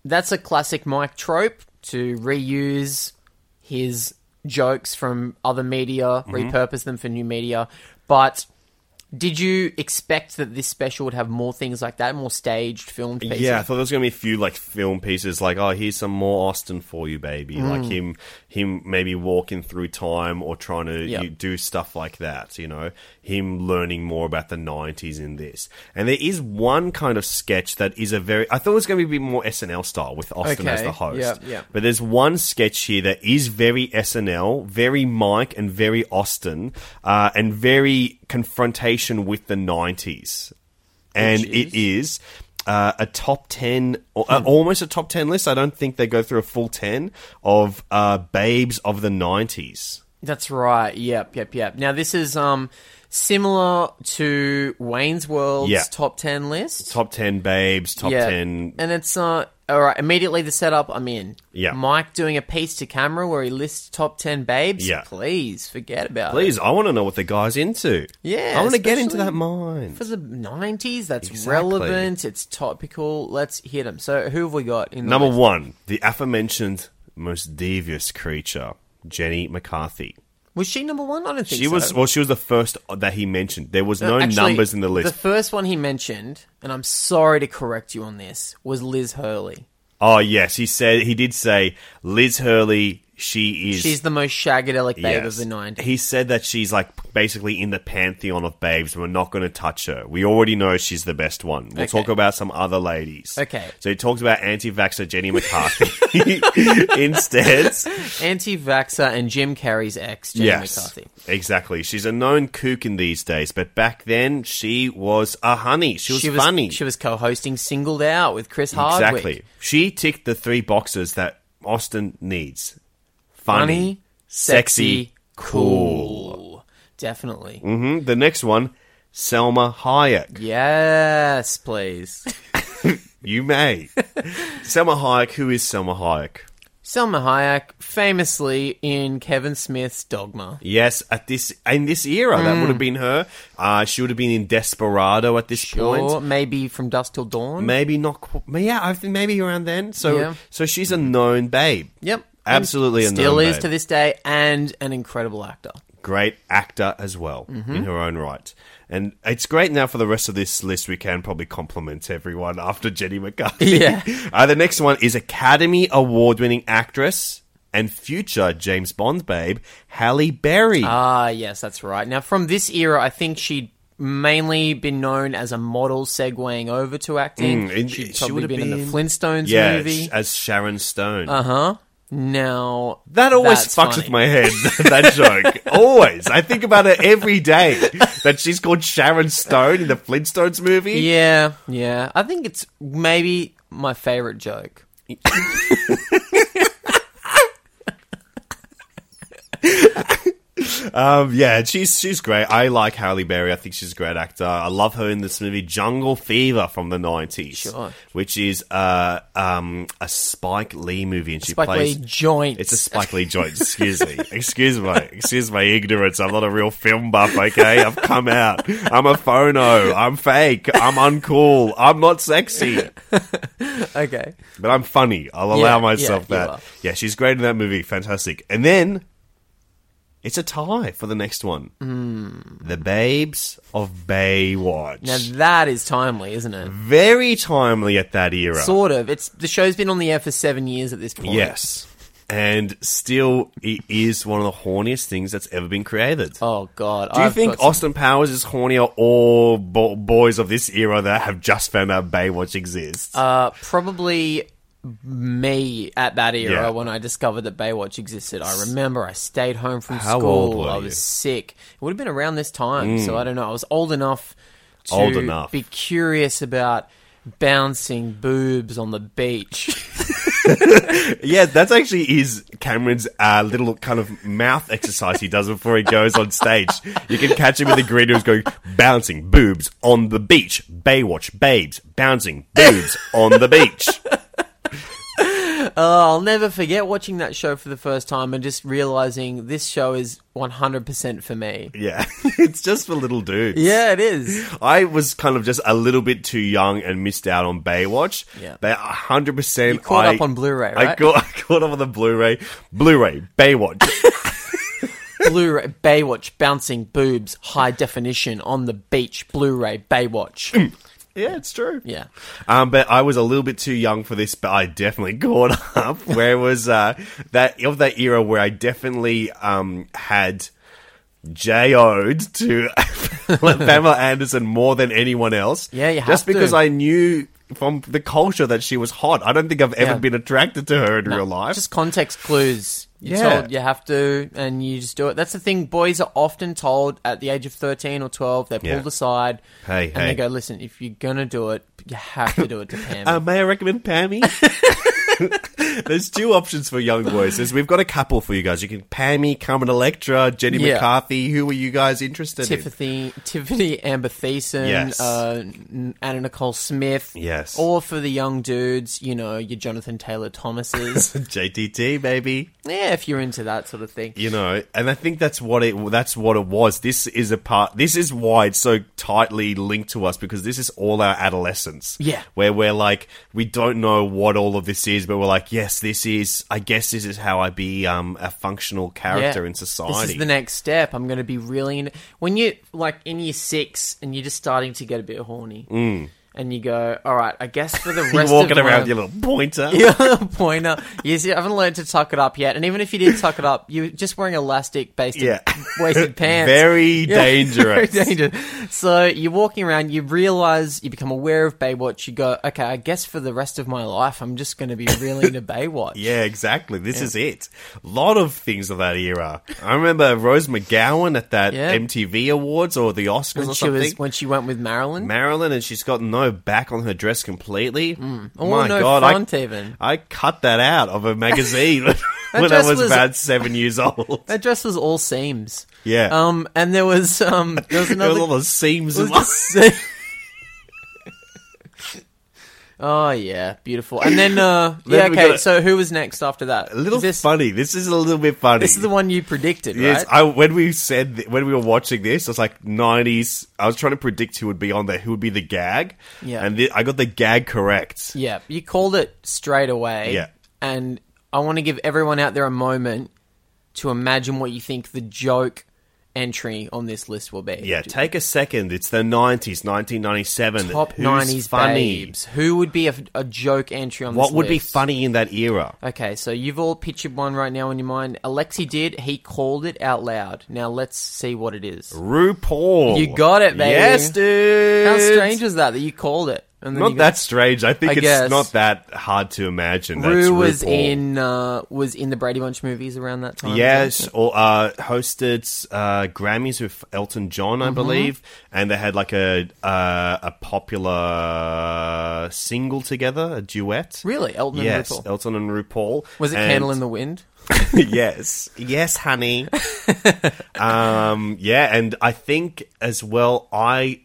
Speaker 2: that's a classic Mike trope to reuse his jokes from other media,
Speaker 1: Mhm.
Speaker 2: repurpose them for new media. But did you expect that this special would have more things like that, more staged filmed pieces?
Speaker 1: Yeah, I thought there was going to be a few like film pieces, like oh, here's some more Austin for you, baby.
Speaker 2: Mm.
Speaker 1: Like him, him maybe walking through time or trying to
Speaker 2: Yeah.
Speaker 1: you, do stuff like that. You know, him learning more about the '90s in this. And there is one kind of sketch that is a very. I thought it was going to be more SNL style with Austin as
Speaker 2: Okay,
Speaker 1: the host.
Speaker 2: yeah, yeah.
Speaker 1: But there's one sketch here that is very SNL, very Mike, and very Austin, uh, and very confrontation with the '90s and it is uh, a top 10 or, uh, almost a top 10 list i don't think they go through a full 10 of uh, babes of the 90s
Speaker 2: That's right. Yep, yep, yep. Now this is um similar to Wayne's World's
Speaker 1: Yeah.
Speaker 2: top ten list.
Speaker 1: top 10 babes top
Speaker 2: Yeah.
Speaker 1: 10
Speaker 2: And it's uh all right, immediately the setup I'm in.
Speaker 1: Yeah.
Speaker 2: Mike doing a piece to camera where he lists top ten babes.
Speaker 1: Yeah.
Speaker 2: Please forget about
Speaker 1: please
Speaker 2: it.
Speaker 1: i want to know what the guy's into
Speaker 2: Yeah.
Speaker 1: i want to get into
Speaker 2: especially
Speaker 1: that mind
Speaker 2: For the nineties, that's
Speaker 1: Exactly.
Speaker 2: relevant, it's topical. Let's hit him. So who have we got in the
Speaker 1: number
Speaker 2: list?
Speaker 1: one the aforementioned most devious creature jenny mccarthy
Speaker 2: Was she number one? I don't think
Speaker 1: she
Speaker 2: so.
Speaker 1: was well she was the first that he mentioned there was no
Speaker 2: Uh, actually,
Speaker 1: numbers in the list
Speaker 2: The first one he mentioned, and I'm sorry to correct you on this, was Liz Hurley.
Speaker 1: oh yes he said he did say liz hurley she is
Speaker 2: She's the most shagadelic babe of
Speaker 1: Yes.
Speaker 2: the 90s.
Speaker 1: He said that she's like basically in the pantheon of babes. We're not going to touch her. We already know she's the best one. We'll
Speaker 2: Okay.
Speaker 1: talk about some other ladies.
Speaker 2: Okay.
Speaker 1: So he talks about anti-vaxxer Jenny McCarthy instead.
Speaker 2: Anti-vaxxer and Jim Carrey's ex, Jenny
Speaker 1: yes,
Speaker 2: McCarthy.
Speaker 1: exactly. She's a known kook in these days, but back then she was a honey. She was, funny.
Speaker 2: She was co-hosting Singled Out with Chris Hardwick.
Speaker 1: exactly. She ticked the three boxes that Austin needs:
Speaker 2: Funny,
Speaker 1: funny,
Speaker 2: sexy,
Speaker 1: sexy, cool.
Speaker 2: Definitely.
Speaker 1: hmm The next one, Selma Hayek.
Speaker 2: Yes, please.
Speaker 1: You may. Selma Hayek. Who is Selma Hayek?
Speaker 2: Selma Hayek, famously in Kevin Smith's Dogma.
Speaker 1: Yes, at this in this era, that
Speaker 2: Mm.
Speaker 1: would have been her. Uh, she would have been in Desperado at this
Speaker 2: Or
Speaker 1: point.
Speaker 2: maybe From Dusk Till Dawn.
Speaker 1: Maybe not. qu- Yeah, I think maybe around then. So,
Speaker 2: Yeah.
Speaker 1: so she's a known babe.
Speaker 2: Yep.
Speaker 1: absolutely a
Speaker 2: And Still
Speaker 1: known
Speaker 2: is
Speaker 1: babe.
Speaker 2: to this day, and an incredible actor.
Speaker 1: great actor as well
Speaker 2: Mm-hmm.
Speaker 1: in her own right. And it's great now for the rest of this list. We can probably compliment everyone after Jenny McCarthy.
Speaker 2: Yeah.
Speaker 1: Uh, the next one is Academy Award winning actress and future James Bond babe, Halle Berry.
Speaker 2: Ah, yes, that's right. Now, from this era, I think she'd mainly been known as a model segueing over to acting.
Speaker 1: Mm, and
Speaker 2: she'd
Speaker 1: she
Speaker 2: probably
Speaker 1: would've
Speaker 2: been, in the
Speaker 1: been-
Speaker 2: Flintstones
Speaker 1: yeah,
Speaker 2: movie.
Speaker 1: sh- as Sharon Stone.
Speaker 2: Uh huh. Now
Speaker 1: That always
Speaker 2: that's
Speaker 1: fucks
Speaker 2: funny.
Speaker 1: with my head, that joke. always. I think about it every day. That she's called Sharon Stone in the Flintstones movie.
Speaker 2: Yeah, yeah. I think it's maybe my favorite joke.
Speaker 1: Um, yeah, she's she's great. I like Halle Berry. I think she's a great actor. I love her in this movie Jungle Fever from the nineties,
Speaker 2: Sure.
Speaker 1: which is uh, um, a Spike Lee movie, and she
Speaker 2: Spike
Speaker 1: plays
Speaker 2: Lee joint.
Speaker 1: It's a Spike Lee joint. Excuse me. Excuse my excuse my ignorance. I'm not a real film buff. Okay, I've come out. I'm a phono. I'm fake. I'm uncool. I'm not sexy.
Speaker 2: Okay.
Speaker 1: But I'm funny. I'll
Speaker 2: Yeah,
Speaker 1: allow
Speaker 2: yeah,
Speaker 1: myself
Speaker 2: you are.
Speaker 1: that. Yeah, she's great in that movie. Fantastic. And then it's a tie for the next one. The Babes of Baywatch.
Speaker 2: Hmm. Now that is timely, isn't it?
Speaker 1: Very timely at that era.
Speaker 2: Sort of. It's the show's been on the air for seven years at this point.
Speaker 1: Yes. And still, it is one of the horniest things that's ever been created.
Speaker 2: Oh God.
Speaker 1: Do you
Speaker 2: I've
Speaker 1: think
Speaker 2: got some-
Speaker 1: Austin Powers is hornier or bo- boys of this era that have just found out Baywatch exists?
Speaker 2: Uh, probably me at that era
Speaker 1: Yeah.
Speaker 2: when I discovered that Baywatch existed. I remember I stayed home from
Speaker 1: How
Speaker 2: school.
Speaker 1: old were
Speaker 2: I was
Speaker 1: you?
Speaker 2: sick. It would have been around this time, so
Speaker 1: Mm.
Speaker 2: I don't know. I was old enough to
Speaker 1: Old enough.
Speaker 2: be curious about bouncing boobs on the beach.
Speaker 1: yeah, that's actually is Cameron's uh, little kind of mouth exercise he does before he goes on stage. You can catch him with a greeter who's going bouncing boobs on the beach, Baywatch babes bouncing boobs on the beach.
Speaker 2: Oh, I'll never forget watching that show for the first time and just realizing this show is 100% for me.
Speaker 1: Yeah, it's just for little dudes.
Speaker 2: Yeah, it is.
Speaker 1: I was kind of just a little bit too young and missed out on Baywatch.
Speaker 2: Yeah.
Speaker 1: but hundred percent.
Speaker 2: caught
Speaker 1: I,
Speaker 2: up on Blu-ray,
Speaker 1: I
Speaker 2: right?
Speaker 1: caught, I caught up on the Blu-ray. Blu-ray Baywatch.
Speaker 2: Blu-ray Baywatch bouncing boobs high definition on the beach Blu-ray
Speaker 1: Mm.
Speaker 2: Baywatch.
Speaker 1: yeah, it's true.
Speaker 2: Yeah.
Speaker 1: Um, but I was a little bit too young for this, but I definitely caught up. Where was uh, that of that era where I definitely um, had JO'd to Pamela Anderson more than anyone else.
Speaker 2: Yeah, you have
Speaker 1: just because
Speaker 2: to.
Speaker 1: I knew from the culture that she was hot. I don't think I've ever
Speaker 2: Yeah.
Speaker 1: been attracted to her in real life.
Speaker 2: Just context clues. You're
Speaker 1: Yeah.
Speaker 2: told you have to, and you just do it. That's the thing. Boys are often told at the age of 13 or 12, they're
Speaker 1: Yeah.
Speaker 2: pulled aside.
Speaker 1: Hey,
Speaker 2: and
Speaker 1: hey.
Speaker 2: they go, listen, if you're going to do it, you have to do it to Pam.
Speaker 1: Uh, may I recommend Pammy? There's two options for young voices. We've got a couple for you guys. You can Pammy, Carmen Electra, Jenny
Speaker 2: Yeah.
Speaker 1: McCarthy. Who are you guys interested in?
Speaker 2: Tiffany, Tiffany Amber Thiessen,
Speaker 1: Yes.
Speaker 2: uh, N- Anna Nicole Smith.
Speaker 1: Yes.
Speaker 2: Or for the young dudes, you know, your Jonathan Taylor Thomases.
Speaker 1: JTT, baby.
Speaker 2: yeah, if you're into that sort of thing.
Speaker 1: You know, and I think that's what it that's what it was. This is a part. This is why it's so tightly linked to us because this is all our adolescence.
Speaker 2: Yeah.
Speaker 1: where we're like we don't know what all of this is, but we're like, yes, this is. I guess this is how I be um, a functional character
Speaker 2: Yeah.
Speaker 1: in society.
Speaker 2: This is the next step. I'm going to be really in- when you like in year six and you're just starting to get a bit horny, and you go, "All right, I guess for the
Speaker 1: Mm.
Speaker 2: rest
Speaker 1: You're
Speaker 2: of
Speaker 1: walking around
Speaker 2: my-
Speaker 1: with your little pointer.
Speaker 2: Yeah, pointer. You see, I haven't learned to tuck it up yet. And even if you did tuck it up, you're just wearing elastic based
Speaker 1: Yeah.
Speaker 2: waisted pants.
Speaker 1: Very
Speaker 2: Very
Speaker 1: dangerous.
Speaker 2: dangerous. So you're walking around, you realize, you become aware of Baywatch. You go, okay, I guess for the rest of my life, I'm just going to be really into Baywatch.
Speaker 1: Yeah, exactly. This is it. A lot of things of that era. I remember Rose McGowan at that
Speaker 2: Yeah.
Speaker 1: MTV Awards or the Oscars
Speaker 2: When
Speaker 1: or
Speaker 2: she,
Speaker 1: something.
Speaker 2: was, when she went with Marilyn.
Speaker 1: Marilyn, and she's got no back on her dress completely.
Speaker 2: Or
Speaker 1: My
Speaker 2: Mm. Oh, no
Speaker 1: God,
Speaker 2: front
Speaker 1: I,
Speaker 2: even.
Speaker 1: I cut that out of a magazine when I
Speaker 2: dress
Speaker 1: was,
Speaker 2: was-
Speaker 1: about seven years old.
Speaker 2: That dress was all seams.
Speaker 1: Yeah.
Speaker 2: Um, and there was um, there was
Speaker 1: There
Speaker 2: another
Speaker 1: was all those seams. in
Speaker 2: It
Speaker 1: my-
Speaker 2: was the same- oh yeah, beautiful. And then, uh,
Speaker 1: Then
Speaker 2: yeah,
Speaker 1: we
Speaker 2: okay.
Speaker 1: got a-
Speaker 2: so who was next after that?
Speaker 1: a little
Speaker 2: Is this,
Speaker 1: funny. This is a little bit funny.
Speaker 2: This is the one you predicted,
Speaker 1: Yes,
Speaker 2: right?
Speaker 1: I, when we said th- when we were watching this, I was like '90s. I was trying to predict who would be on there, who would be the gag.
Speaker 2: Yeah.
Speaker 1: and thi- I got the gag correct.
Speaker 2: yeah, you called it straight away.
Speaker 1: Yeah.
Speaker 2: And I want to give everyone out there a moment to imagine what you think the joke entry on this list will be.
Speaker 1: Yeah, take a second. It's the '90s, 1997.
Speaker 2: Top
Speaker 1: Who's
Speaker 2: nineties
Speaker 1: funny?
Speaker 2: babes. Who would be a, a joke entry on
Speaker 1: What
Speaker 2: this
Speaker 1: would be
Speaker 2: list?
Speaker 1: funny in that era?
Speaker 2: Okay, so you've all pictured one right now in your mind. Alexi did. He called it out loud. Now let's see what it is.
Speaker 1: RuPaul.
Speaker 2: You got it, baby.
Speaker 1: Yes, dude.
Speaker 2: How strange was that that you called it? And then
Speaker 1: Not
Speaker 2: you go-
Speaker 1: that strange. I think
Speaker 2: I
Speaker 1: it's
Speaker 2: guess.
Speaker 1: not that hard to imagine. That's
Speaker 2: Rue was
Speaker 1: RuPaul.
Speaker 2: in uh, was in the Brady Bunch movies around that time.
Speaker 1: Yes, or uh, hosted uh, Grammys with Elton John,
Speaker 2: Mm-hmm.
Speaker 1: I believe, and they had like a uh, a popular single together, a duet.
Speaker 2: Really? Elton and
Speaker 1: yes,
Speaker 2: RuPaul?
Speaker 1: Elton and RuPaul.
Speaker 2: Was it
Speaker 1: and-
Speaker 2: Candle in the Wind?
Speaker 1: yes, yes, honey. um, yeah, and I think as well, I.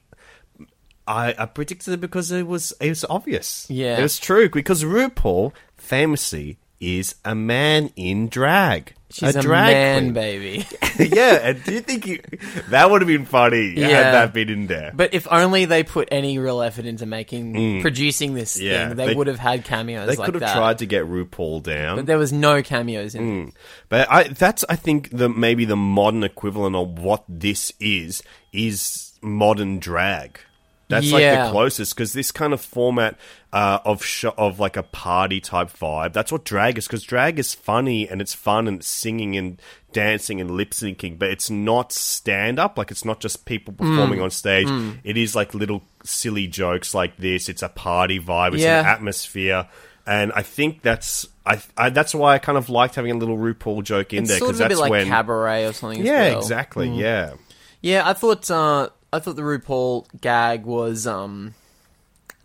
Speaker 1: I, I predicted it because it was it was obvious.
Speaker 2: Yeah.
Speaker 1: it was true because RuPaul famously is a man in drag.
Speaker 2: She's a,
Speaker 1: drag
Speaker 2: man,
Speaker 1: queen.
Speaker 2: baby.
Speaker 1: yeah, and do you think you, that would have been funny
Speaker 2: Yeah.
Speaker 1: had that been in there?
Speaker 2: But if only they put any real effort into making producing this
Speaker 1: Mm. Yeah,
Speaker 2: thing, they,
Speaker 1: they-
Speaker 2: would have had cameos
Speaker 1: they
Speaker 2: like
Speaker 1: could have
Speaker 2: that.
Speaker 1: tried to Mm. get RuPaul down.
Speaker 2: But there was no cameos in. it.
Speaker 1: But I, that's, I think, the maybe the modern equivalent of what this is is modern drag. That's like
Speaker 2: Yeah.
Speaker 1: the closest because this kind of format uh, of sh- of like a party type vibe. That's what drag is because drag is funny and it's fun and it's singing and dancing and lip syncing, but it's not stand up. Like it's not just people performing
Speaker 2: Mm.
Speaker 1: on stage. It is like little silly jokes like this. It's a party vibe. It's an
Speaker 2: Yeah.
Speaker 1: atmosphere. And I think that's I, I that's why I kind of liked having a little RuPaul joke in
Speaker 2: It's
Speaker 1: there
Speaker 2: sort
Speaker 1: because
Speaker 2: of a
Speaker 1: that's
Speaker 2: bit like
Speaker 1: when
Speaker 2: cabaret or something. as
Speaker 1: yeah
Speaker 2: well. Mm.
Speaker 1: exactly yeah
Speaker 2: Yeah, I thought uh, I thought the RuPaul gag was um,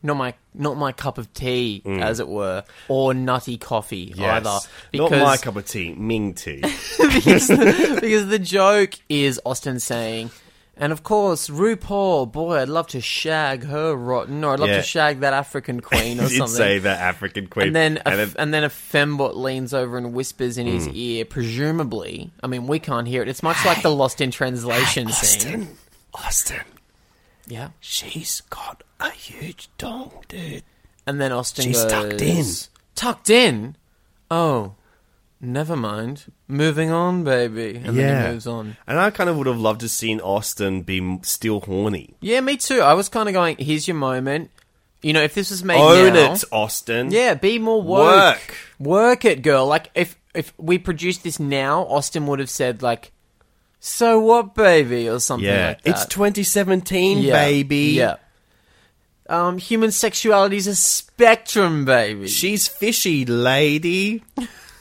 Speaker 2: not my not my cup of tea, as it were, or nutty coffee
Speaker 1: Mm. Yes.
Speaker 2: either.
Speaker 1: Not my cup of tea, Ming tea.
Speaker 2: because, because the joke is Austin saying, and of course RuPaul, boy, I'd love to shag her rotten, or I'd love
Speaker 1: Yeah.
Speaker 2: to shag that African queen or
Speaker 1: Did
Speaker 2: something.
Speaker 1: say that African queen.
Speaker 2: And then, a,
Speaker 1: And
Speaker 2: f- and then a fembot leans over and whispers in his
Speaker 1: Mm.
Speaker 2: ear, presumably. I mean, we can't hear it. It's much like the Lost in Translation scene.
Speaker 1: Austin.
Speaker 2: Yeah.
Speaker 1: She's got a huge dong, dude.
Speaker 2: And then Austin
Speaker 1: She's
Speaker 2: goes,
Speaker 1: tucked in.
Speaker 2: Tucked in? Oh, never mind. Moving on, baby. And then he moves on.
Speaker 1: And I kind of would have loved to seen Austin be m- still horny.
Speaker 2: Yeah, me too. I was kind of going, here's your moment. You know, if this was made
Speaker 1: Own
Speaker 2: now-
Speaker 1: it, Austin.
Speaker 2: Yeah, be more woke. Work. it, girl. Like, if, if we produced this now, Austin would have said, like, so what, baby? Or something
Speaker 1: Yeah.
Speaker 2: like that.
Speaker 1: It's 2017,
Speaker 2: Yeah,
Speaker 1: baby.
Speaker 2: Yeah. Um, human sexuality's a spectrum, baby.
Speaker 1: She's fishy, lady.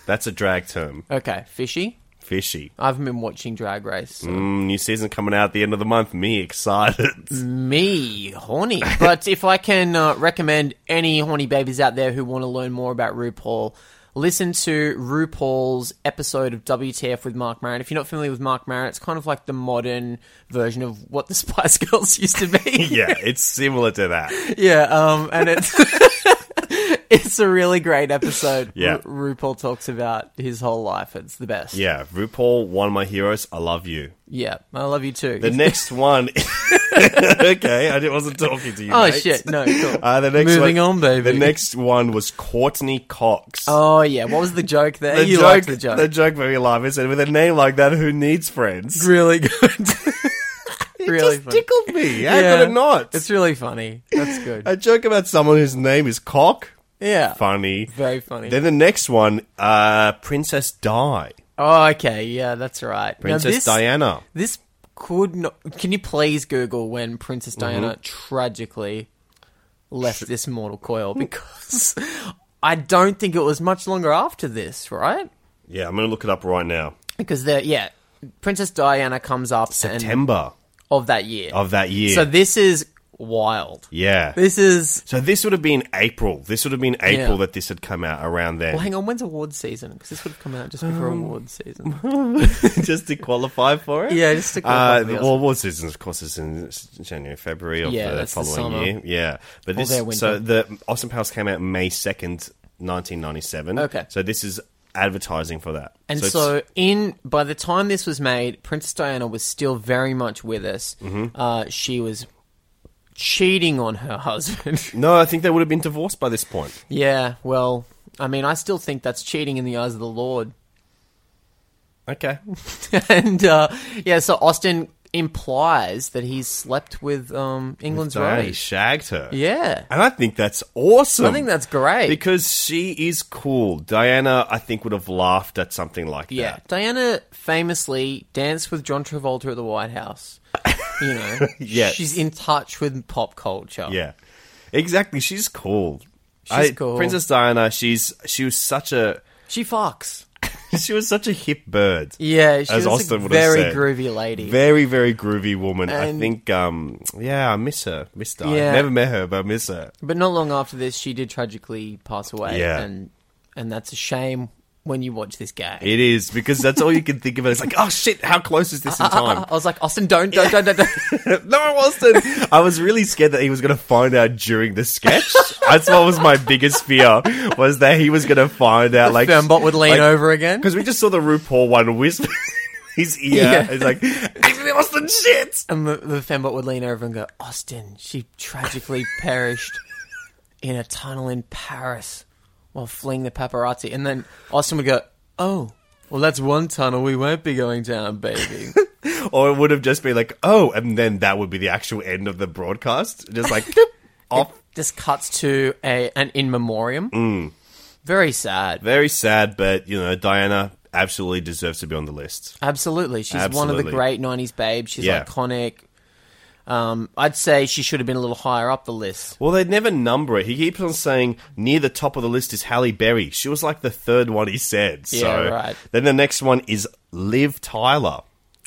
Speaker 1: That's a drag term.
Speaker 2: Okay, fishy.
Speaker 1: Fishy.
Speaker 2: I haven't been watching Drag Race. so-
Speaker 1: Mm, new season coming out at the end of the month. Me excited.
Speaker 2: Me horny, but if I can uh, recommend any horny babies out there who want to learn more about RuPaul, listen to RuPaul's episode of WTF with Mark Maron. If you're not familiar with Mark Maron, it's kind of like the modern version of what the Spice Girls used to be.
Speaker 1: yeah, it's similar to that.
Speaker 2: yeah, um, and it's it's a really great episode.
Speaker 1: Yeah.
Speaker 2: Ru- RuPaul talks about his whole life. It's the best.
Speaker 1: Yeah, RuPaul, one of my heroes. I love you.
Speaker 2: Yeah, I love you too.
Speaker 1: The next one. okay, I di- wasn't talking to you.
Speaker 2: Oh,
Speaker 1: mate.
Speaker 2: shit, no, cool.
Speaker 1: Uh, the next
Speaker 2: Moving
Speaker 1: one,
Speaker 2: on, baby.
Speaker 1: The next one was Courtney Cox.
Speaker 2: Oh yeah, what was the joke there?
Speaker 1: the
Speaker 2: you
Speaker 1: joke,
Speaker 2: liked the joke.
Speaker 1: The joke made me laugh. It said, with a name like that, who needs friends?
Speaker 2: Really good. really funny.
Speaker 1: tickled me. How could it not?
Speaker 2: It's really funny. That's good.
Speaker 1: A joke about someone whose name is Cock.
Speaker 2: Yeah.
Speaker 1: Funny.
Speaker 2: Very funny.
Speaker 1: Then the next one, uh, Princess Di.
Speaker 2: oh, okay. Yeah, that's right. Now,
Speaker 1: Princess
Speaker 2: this- Oh
Speaker 1: Diana.
Speaker 2: This could not. Can you please Google when Princess
Speaker 1: Mm-hmm.
Speaker 2: Diana tragically left this mortal coil? Because I don't think it was much longer after this, right?
Speaker 1: Yeah, I'm going to look it up right now.
Speaker 2: Because there, yeah, Princess Diana comes up and-
Speaker 1: September
Speaker 2: of that year.
Speaker 1: of that year.
Speaker 2: So this is wild.
Speaker 1: yeah.
Speaker 2: This is.
Speaker 1: So this would have been April. This would have been April
Speaker 2: Yeah.
Speaker 1: that this had come out around then.
Speaker 2: Well, hang on. When's awards season? Because this would have come out just before
Speaker 1: Um,
Speaker 2: awards season.
Speaker 1: just to qualify for it?
Speaker 2: Yeah, just to qualify
Speaker 1: Uh,
Speaker 2: for the
Speaker 1: well, war season, of course, is in January, February of
Speaker 2: Yeah,
Speaker 1: the
Speaker 2: that's the
Speaker 1: following
Speaker 2: summer.
Speaker 1: year. Yeah, but
Speaker 2: Or
Speaker 1: this
Speaker 2: their winter.
Speaker 1: so the Austin Powers came out May second, nineteen ninety seven.
Speaker 2: Okay.
Speaker 1: so this is advertising for that.
Speaker 2: And so,
Speaker 1: it's-
Speaker 2: in by the time this was made, Princess Diana was still very much with us.
Speaker 1: Mm-hmm.
Speaker 2: Uh, she was cheating on her husband.
Speaker 1: no, I think they would have been divorced by this point.
Speaker 2: yeah, well, I mean, I still think that's cheating in the eyes of the Lord.
Speaker 1: Okay,
Speaker 2: and uh, yeah, so Austin implies that he's slept with um, England's
Speaker 1: Diana
Speaker 2: Rose.
Speaker 1: shagged her.
Speaker 2: Yeah.
Speaker 1: and I think that's awesome.
Speaker 2: I think that's great.
Speaker 1: because she is cool. Diana, I think, would have laughed at something like
Speaker 2: yeah,
Speaker 1: that.
Speaker 2: Diana famously danced with John Travolta at the White House. You know,
Speaker 1: Yes.
Speaker 2: she's in touch with pop culture.
Speaker 1: Yeah, exactly. She's cool.
Speaker 2: She's cool.
Speaker 1: Princess Diana. She's she was such a
Speaker 2: she fucks.
Speaker 1: she was such a hip bird.
Speaker 2: Yeah, she
Speaker 1: as
Speaker 2: was a
Speaker 1: Austin would
Speaker 2: very
Speaker 1: have said.
Speaker 2: groovy lady.
Speaker 1: Very very groovy woman. I
Speaker 2: And-
Speaker 1: think. Um. Yeah, I miss her. Miss Diana.
Speaker 2: Yeah.
Speaker 1: Never met her, but I miss her.
Speaker 2: But not long after this, she did tragically pass away.
Speaker 1: Yeah.
Speaker 2: And, and that's a shame when you watch this game.
Speaker 1: It is because that's all you can think of. It's like, oh shit, how close is this in time?
Speaker 2: I was like, Austin, don't, don't, don't, don't, don't.
Speaker 1: no, Austin. I was really scared that he was going to find out during the sketch. That's what was my biggest fear was that he was going to find out. Like
Speaker 2: Fembot would lean
Speaker 1: like-
Speaker 2: over again.
Speaker 1: because we just saw the RuPaul one whisper in his ear.
Speaker 2: Yeah.
Speaker 1: It's like, actually, Austin, shit.
Speaker 2: And the, the fembot would lean over and go, Austin, she tragically perished in a tunnel in Paris while fleeing the paparazzi. And then Austin would go, oh, well, that's one tunnel we won't be going down, baby.
Speaker 1: Or it would have just been like, oh, and then that would be the actual end of the broadcast. Just like, doop, off.
Speaker 2: Just cuts to a an in memoriam.
Speaker 1: Mm.
Speaker 2: Very sad.
Speaker 1: Very sad, but, you know, Diana absolutely deserves to be on the list.
Speaker 2: Absolutely. She's one of
Speaker 1: Absolutely.
Speaker 2: the great 90s babes. She's
Speaker 1: Yeah.
Speaker 2: iconic. Um, I'd say she should have been a little higher up the list.
Speaker 1: Well, they never number it. He keeps on saying near the top of the list is Halle Berry. She was like the third one he said. So
Speaker 2: Yeah, right.
Speaker 1: Then the next one is Liv Tyler.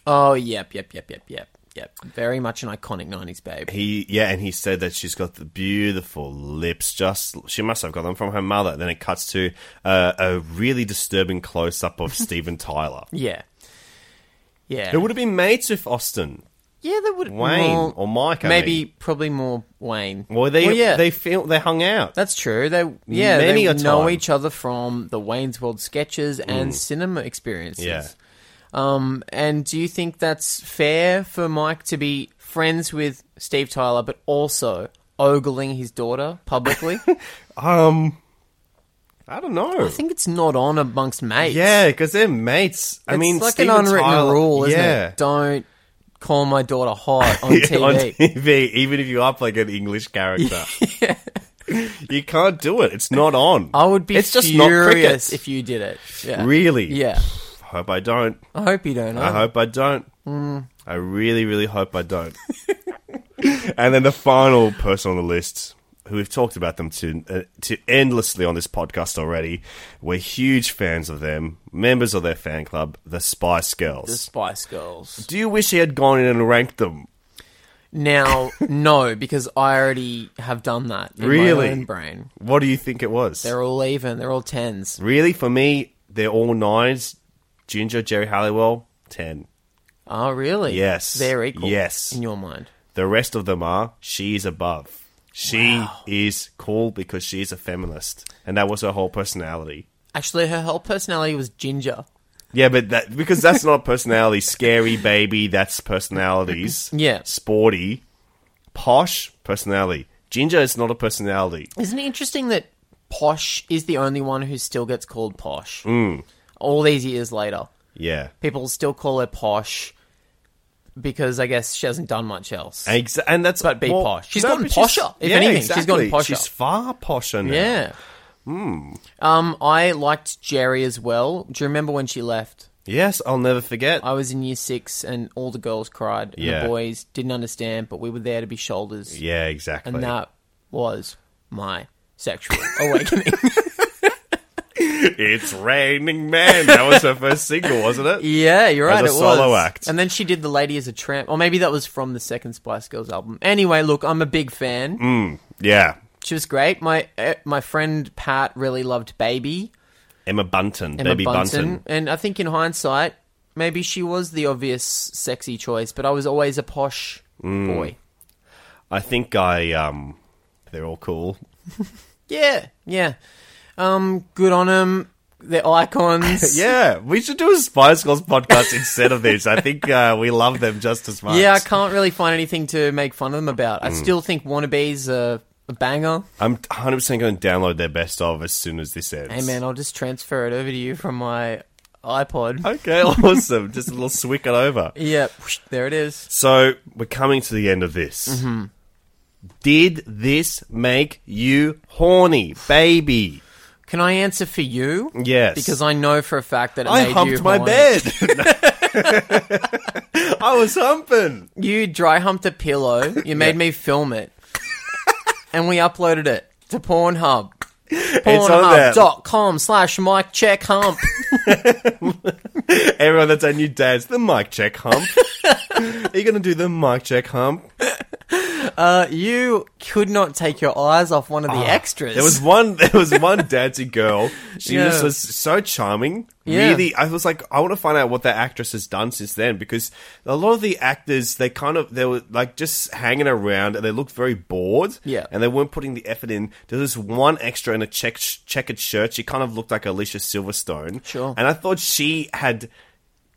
Speaker 2: Oh, yep, yep, yep, yep, yep. Yep. Very much an iconic 90s babe.
Speaker 1: He yeah, and he said that she's got the beautiful lips. Just she must have got them from her mother. Then it cuts to uh, a really disturbing close up of Steven Tyler.
Speaker 2: Yeah. Yeah.
Speaker 1: Who would have been mates with Austin?
Speaker 2: Yeah, that would
Speaker 1: Wayne
Speaker 2: well,
Speaker 1: or Mike, I
Speaker 2: Maybe
Speaker 1: mean.
Speaker 2: probably more Wayne.
Speaker 1: Well, they
Speaker 2: Well, yeah.
Speaker 1: they feel they hung out.
Speaker 2: That's true. They yeah,
Speaker 1: Many
Speaker 2: they
Speaker 1: a
Speaker 2: know
Speaker 1: time.
Speaker 2: each other from the Wayne's World sketches and
Speaker 1: Mm.
Speaker 2: cinema experiences.
Speaker 1: Yeah.
Speaker 2: Um, and do you think that's fair for Mike to be friends with Steve Tyler, but also ogling his daughter publicly?
Speaker 1: um, I don't know.
Speaker 2: I think it's not on amongst mates.
Speaker 1: Yeah, because they're mates. I
Speaker 2: It's
Speaker 1: mean,
Speaker 2: like
Speaker 1: Steven
Speaker 2: an unwritten
Speaker 1: Tyler-
Speaker 2: rule, isn't
Speaker 1: yeah.
Speaker 2: it? Don't call my daughter hot on TV.
Speaker 1: on TV, even if you are playing an English character. You can't do it. It's not on.
Speaker 2: I would be
Speaker 1: It's just not
Speaker 2: furious
Speaker 1: cricket.
Speaker 2: if you did it. Yeah.
Speaker 1: Really?
Speaker 2: Yeah.
Speaker 1: I hope I don't.
Speaker 2: I hope you don't.
Speaker 1: I
Speaker 2: either.
Speaker 1: hope I don't.
Speaker 2: Mm.
Speaker 1: I really, really hope I don't. and then the final person on the list, who we've talked about them to uh, to endlessly on this podcast already. We're huge fans of them, members of their fan club, the Spice Girls.
Speaker 2: The Spice Girls.
Speaker 1: Do you wish he had gone in and ranked them?
Speaker 2: Now, no, because I already have done that. In
Speaker 1: really?
Speaker 2: My own brain.
Speaker 1: What do you think it was?
Speaker 2: They're all even. They're all tens.
Speaker 1: really, for me, they're all nines. Ginger, Jerry Halliwell, ten.
Speaker 2: Oh, really?
Speaker 1: Yes.
Speaker 2: They're equal.
Speaker 1: Yes.
Speaker 2: In your mind.
Speaker 1: The rest of them are. She is above. She is cool because she is a feminist, and that was her whole personality.
Speaker 2: Actually, her whole personality was ginger.
Speaker 1: Yeah, but that because that's not personality. Scary baby, that's personalities.
Speaker 2: Yeah.
Speaker 1: Sporty, posh personality. Ginger is not a personality.
Speaker 2: Isn't it interesting that Posh is the only one who still gets called Posh?
Speaker 1: Mm.
Speaker 2: All these years later.
Speaker 1: Yeah.
Speaker 2: People still call her Posh because I guess she hasn't done much else.
Speaker 1: Exa- and that's
Speaker 2: but be
Speaker 1: well,
Speaker 2: posh. She's
Speaker 1: no,
Speaker 2: gotten
Speaker 1: but she's-
Speaker 2: posher. If
Speaker 1: yeah,
Speaker 2: anything, she's
Speaker 1: exactly.
Speaker 2: gotten posher.
Speaker 1: She's far posher now.
Speaker 2: Yeah.
Speaker 1: Hmm.
Speaker 2: Um, I liked Jerry as well. Do you remember when she left?
Speaker 1: Yes, I'll never forget.
Speaker 2: I was in year six, and all the girls cried. and
Speaker 1: Yeah.
Speaker 2: the boys didn't understand, but we were there to be shoulders.
Speaker 1: Yeah, exactly.
Speaker 2: And that was my sexual awakening.
Speaker 1: it's raining men. That was her first single, wasn't it?
Speaker 2: yeah, you're right.
Speaker 1: As a
Speaker 2: it
Speaker 1: solo
Speaker 2: was.
Speaker 1: act.
Speaker 2: And then she did "The Lady as a Tramp," or maybe that was from the second Spice Girls album. Anyway, look, I'm a big fan.
Speaker 1: Mm, yeah.
Speaker 2: She was great. My uh, my friend Pat really loved Baby.
Speaker 1: Emma Bunton,
Speaker 2: Emma
Speaker 1: baby
Speaker 2: Bunton.
Speaker 1: Bunton.
Speaker 2: And I think in hindsight, maybe she was the obvious sexy choice, but I was always a posh
Speaker 1: Mm.
Speaker 2: boy.
Speaker 1: I think I um, they're all cool.
Speaker 2: Yeah, yeah. Um, good on them. They're icons.
Speaker 1: yeah, we should do a Spice Girls podcast instead of this. I think uh, we love them just as much.
Speaker 2: Yeah, I can't really find anything to make fun of them about. I
Speaker 1: Mm.
Speaker 2: still think Wannabe's a, a banger.
Speaker 1: I'm 100 percent going to download their best of as soon as this ends.
Speaker 2: Hey, man, I'll just transfer it over to you from my iPod.
Speaker 1: Okay, awesome. just a little swick it over.
Speaker 2: yeah, there it is.
Speaker 1: So we're coming to the end of this.
Speaker 2: Mhm.
Speaker 1: Did this make you horny, baby?
Speaker 2: Can I answer for you?
Speaker 1: Yes.
Speaker 2: Because I know for a fact that it
Speaker 1: I
Speaker 2: made you
Speaker 1: humped my
Speaker 2: horny.
Speaker 1: bed. I was humping.
Speaker 2: You dry humped a pillow. You made me film it, and we uploaded it to Pornhub.
Speaker 1: on there.
Speaker 2: Pornhub.com slash Mike Check Hump.
Speaker 1: Everyone, that's our new dance. The mic check hump. Are you going to do the mic check hump?
Speaker 2: Uh, you could not take your eyes off one of the extras.
Speaker 1: Ah, There was one. There was one dancing girl. She
Speaker 2: Yeah.
Speaker 1: just was so charming.
Speaker 2: Yeah.
Speaker 1: Really, I was like, I want to find out what that actress has done since then because a lot of the actors they kind of they were like just hanging around and they looked very bored.
Speaker 2: Yeah.
Speaker 1: and they weren't putting the effort in. There was one extra in a check, checkered shirt. She kind of looked like Alicia Silverstone.
Speaker 2: Sure.
Speaker 1: and I thought she had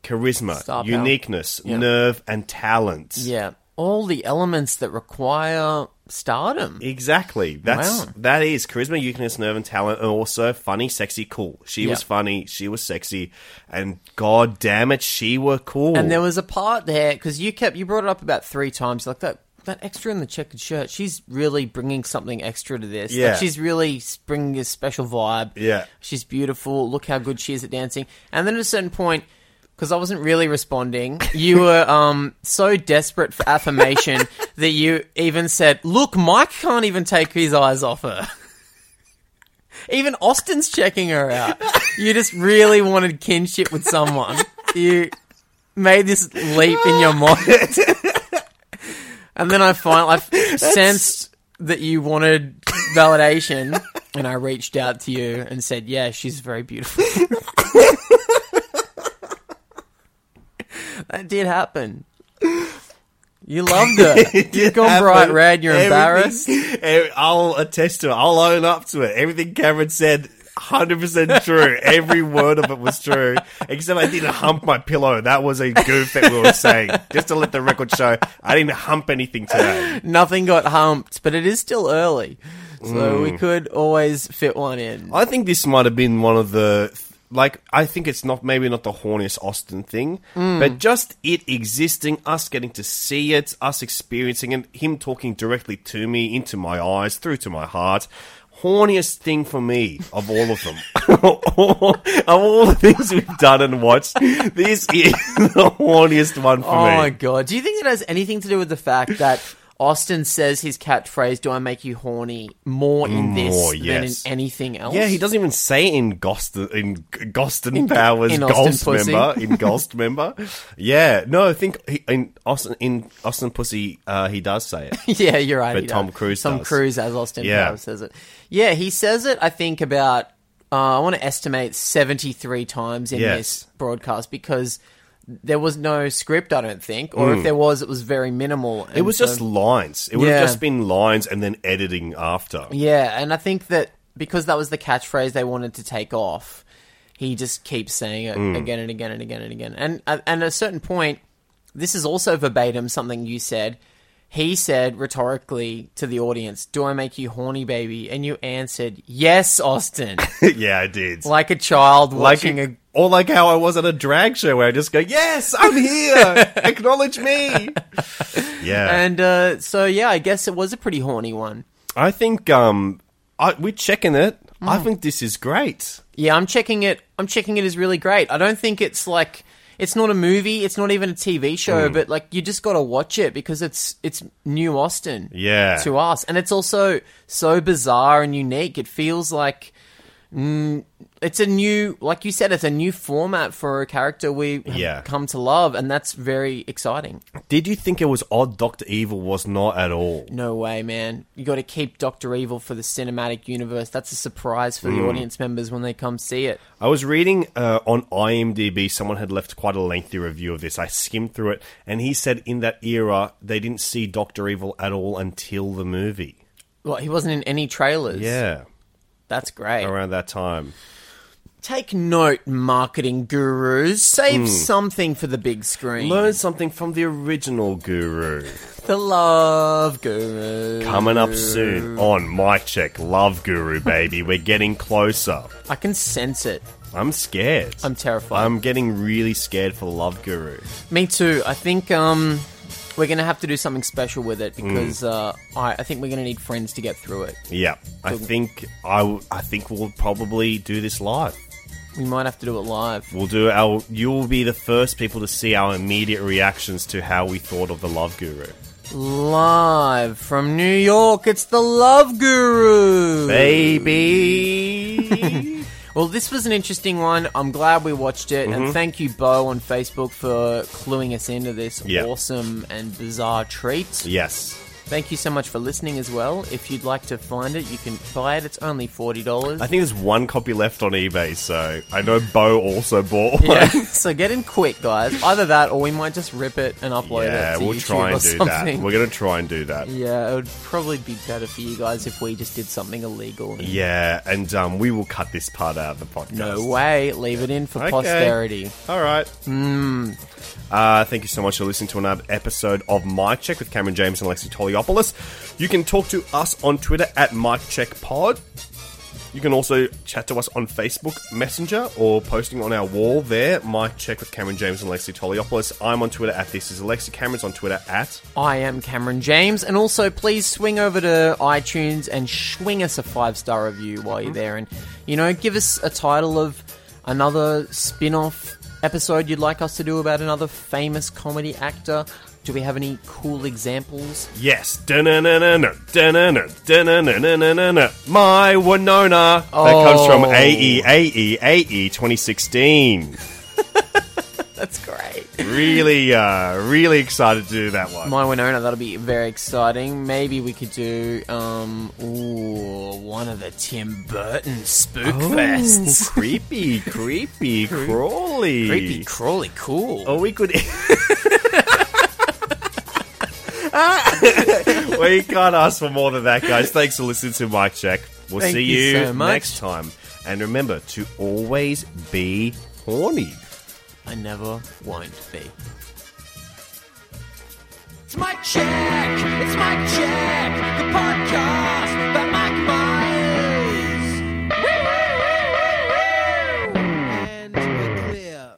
Speaker 1: charisma,
Speaker 2: Star power.
Speaker 1: uniqueness,
Speaker 2: Yeah.
Speaker 1: nerve, and talent.
Speaker 2: yeah, all the elements that require stardom.
Speaker 1: Exactly. That's
Speaker 2: Wow.
Speaker 1: that is charisma, uniqueness, nerve, and talent, and also funny, sexy, cool. She
Speaker 2: Yeah.
Speaker 1: was funny. She was sexy, and god damn it, she were cool.
Speaker 2: And there was a part there because you kept you brought it up about three times. Like that that extra in the checkered shirt, she's really bringing something extra to this. Like,
Speaker 1: Yeah.
Speaker 2: she's really s- bringing a special vibe.
Speaker 1: Yeah.
Speaker 2: she's beautiful. Look how good she is at dancing. And then at a certain point. Because I wasn't really responding, you were um, so desperate for affirmation that you even said, "Look, Mike can't even take his eyes off her." Even Austin's checking her out. You just really wanted kinship with someone. You made this leap in your mind. And then I finally I sensed that you wanted validation, and I reached out to you and said, "Yeah, she's very beautiful." that did happen. You loved it. You've gone bright red. You're embarrassed.
Speaker 1: embarrassed. I'll attest to it. I'll own up to it. Everything Cameron said, hundred percent true. Every word of it was true, except I didn't hump my pillow. That was a goof that we were saying. Just to let the record show, I didn't hump anything today.
Speaker 2: Nothing got humped, but it is still early, so we
Speaker 1: Mm.
Speaker 2: could always fit one in.
Speaker 1: I think this might have been one of the like I think it's not maybe not the horniest Austin thing,
Speaker 2: Mm.
Speaker 1: but just it existing, us getting to see it, us experiencing it, him talking directly to me, into my eyes, through to my heart. Horniest thing for me of all of them. of all the things we've done and watched, this is the horniest one for
Speaker 2: Oh
Speaker 1: me.
Speaker 2: my god! Do you think it has anything to do with the fact that Austin says his catchphrase "Do I make you horny?" more in this
Speaker 1: More, yes.
Speaker 2: than in anything else?
Speaker 1: Yeah, he doesn't even say it in Goston in Goston Powers
Speaker 2: in Austin
Speaker 1: Ghost
Speaker 2: Pussy.
Speaker 1: member in Ghost member. Yeah, no, I think he, in Austin in Austin Pussy uh, he does say it.
Speaker 2: yeah, you're right.
Speaker 1: But
Speaker 2: he
Speaker 1: Tom
Speaker 2: does.
Speaker 1: Cruise
Speaker 2: Tom
Speaker 1: does.
Speaker 2: Cruise as Austin
Speaker 1: Yeah.
Speaker 2: Powers says it. Yeah, he says it. I think about uh, I want to estimate seventy three times in
Speaker 1: Yes.
Speaker 2: this broadcast because there was no script. I don't think, or if
Speaker 1: Mm.
Speaker 2: there was, it was very minimal.
Speaker 1: It
Speaker 2: and
Speaker 1: was
Speaker 2: so-
Speaker 1: just lines. It would have
Speaker 2: Yeah.
Speaker 1: just been lines and then editing after.
Speaker 2: Yeah, and I think that because that was the catchphrase they wanted to take off, he just keeps saying it
Speaker 1: Mm.
Speaker 2: again and again and again and again. And uh, and at a certain point, this is also verbatim something you said. He said rhetorically to the audience, "Do I make you horny, baby?" And you answered, "Yes, Austin."
Speaker 1: yeah, I did.
Speaker 2: like a child
Speaker 1: Like
Speaker 2: watching
Speaker 1: it-
Speaker 2: a
Speaker 1: or like how I was at a drag show where I just go, "Yes, I'm here. Acknowledge me." Yeah.
Speaker 2: And uh, so yeah, I guess it was a pretty horny one.
Speaker 1: I think um I, we're checking it. I
Speaker 2: Mm.
Speaker 1: think this is great.
Speaker 2: Yeah, I'm checking it. I'm checking it is really great. I don't think it's like it's not a movie. It's not even a TV show.
Speaker 1: Mm.
Speaker 2: But like, you just got to watch it because it's it's new Austin.
Speaker 1: Yeah.
Speaker 2: to us, and it's also so bizarre and unique. It feels like. Mm, it's a new, like you said, it's a new format for a character we have
Speaker 1: Yeah.
Speaker 2: come to love, and that's very exciting.
Speaker 1: Did you think it was odd Dr. Evil was not at all?
Speaker 2: No way, man. You got to keep Doctor Evil for the cinematic universe. That's a surprise for the
Speaker 1: Mm.
Speaker 2: audience members when they come see it.
Speaker 1: I was reading uh, on IMDb, someone had left quite a lengthy review of this. I skimmed through it, and he said in that era, they didn't see Dr. Evil at all until the movie.
Speaker 2: Well, he wasn't in any trailers.
Speaker 1: Yeah.
Speaker 2: That's great.
Speaker 1: Around that time.
Speaker 2: Take note, marketing gurus. Save
Speaker 1: Mm.
Speaker 2: something for the big screen.
Speaker 1: Learn something from the original guru.
Speaker 2: The love guru.
Speaker 1: Coming up soon on My Check Love Guru, baby. We're getting closer.
Speaker 2: I can sense it.
Speaker 1: I'm scared. I'm
Speaker 2: terrified.
Speaker 1: I'm getting really scared for Love Guru.
Speaker 2: Me too. I think um, we're going to have to do something special with it
Speaker 1: Hmm.
Speaker 2: because uh, I, I think we're going to need friends to get through it.
Speaker 1: Yeah, I
Speaker 2: Good.
Speaker 1: think I, w- I think we'll probably do this live.
Speaker 2: We might have to do it live.
Speaker 1: We'll do our. You will be the first people to see our immediate reactions to how we thought of the Love Guru.
Speaker 2: Live from New York, it's the Love Guru.
Speaker 1: Baby.
Speaker 2: well, this was an interesting one. I'm glad we watched it.
Speaker 1: Mhm.
Speaker 2: And thank you, Bo, on Facebook for cluing us into this
Speaker 1: Yeah.
Speaker 2: awesome and bizarre treat.
Speaker 1: Yes.
Speaker 2: Thank you so much for listening as well. If you'd like to find it, you can buy it. It's only $40.
Speaker 1: I think there's one copy left on eBay, so I know Bo also bought one.
Speaker 2: yeah, so get in quick, guys. Either that, or we might just rip it and upload
Speaker 1: Yeah,
Speaker 2: it. To
Speaker 1: we'll
Speaker 2: YouTube
Speaker 1: try
Speaker 2: or
Speaker 1: and do that.
Speaker 2: something.
Speaker 1: We're gonna try and do that.
Speaker 2: Yeah, it would probably be better for you guys if we just did something illegal. and-
Speaker 1: Yeah, and um, we will cut this part out of the podcast.
Speaker 2: No way. Leave it in for
Speaker 1: Okay.
Speaker 2: posterity.
Speaker 1: All right.
Speaker 2: Mm.
Speaker 1: Uh, thank you so much for listening to another episode of Mic Check with Cameron James and Alexi Toliopoulos. You can talk to us on Twitter at Mic Check Pod. You can also chat to us on Facebook Messenger or posting on our wall there. Mic Check with Cameron James and Alexi Toliopoulos. I'm on Twitter at This Is Alexi. Cameron's on Twitter at.
Speaker 2: I am Cameron James, and also please swing over to iTunes and swing us a five star review while you're there, and you know, give us a title of another spin off episode you'd like us to do about another famous comedy actor. Do we have any cool examples?
Speaker 1: Yes. Dun-dun-dun-dun, dun-dun-dun, dun-dun-dun-dun-dun. My Winona. That comes from E
Speaker 2: Oh.
Speaker 1: AE, AE, AE 2016.
Speaker 2: That's great.
Speaker 1: Really, uh, really excited to do that one.
Speaker 2: My Winona, that'll be very exciting. Maybe we could do um, ooh, one of the Tim Burton spook
Speaker 1: Oh,
Speaker 2: fests.
Speaker 1: creepy, creepy,
Speaker 2: Creep-
Speaker 1: crawly.
Speaker 2: Creepy, crawly, cool.
Speaker 1: Oh, we could. we can't ask for more than that, guys. Thanks for listening to Mike Check. We'll
Speaker 2: Thank
Speaker 1: see
Speaker 2: you
Speaker 1: you,
Speaker 2: so much.
Speaker 1: next time. And remember to always be horny.
Speaker 2: I never won't be.
Speaker 12: It's Mike Check. It's Mike Check. The podcast by Mike Myers. And we're clear.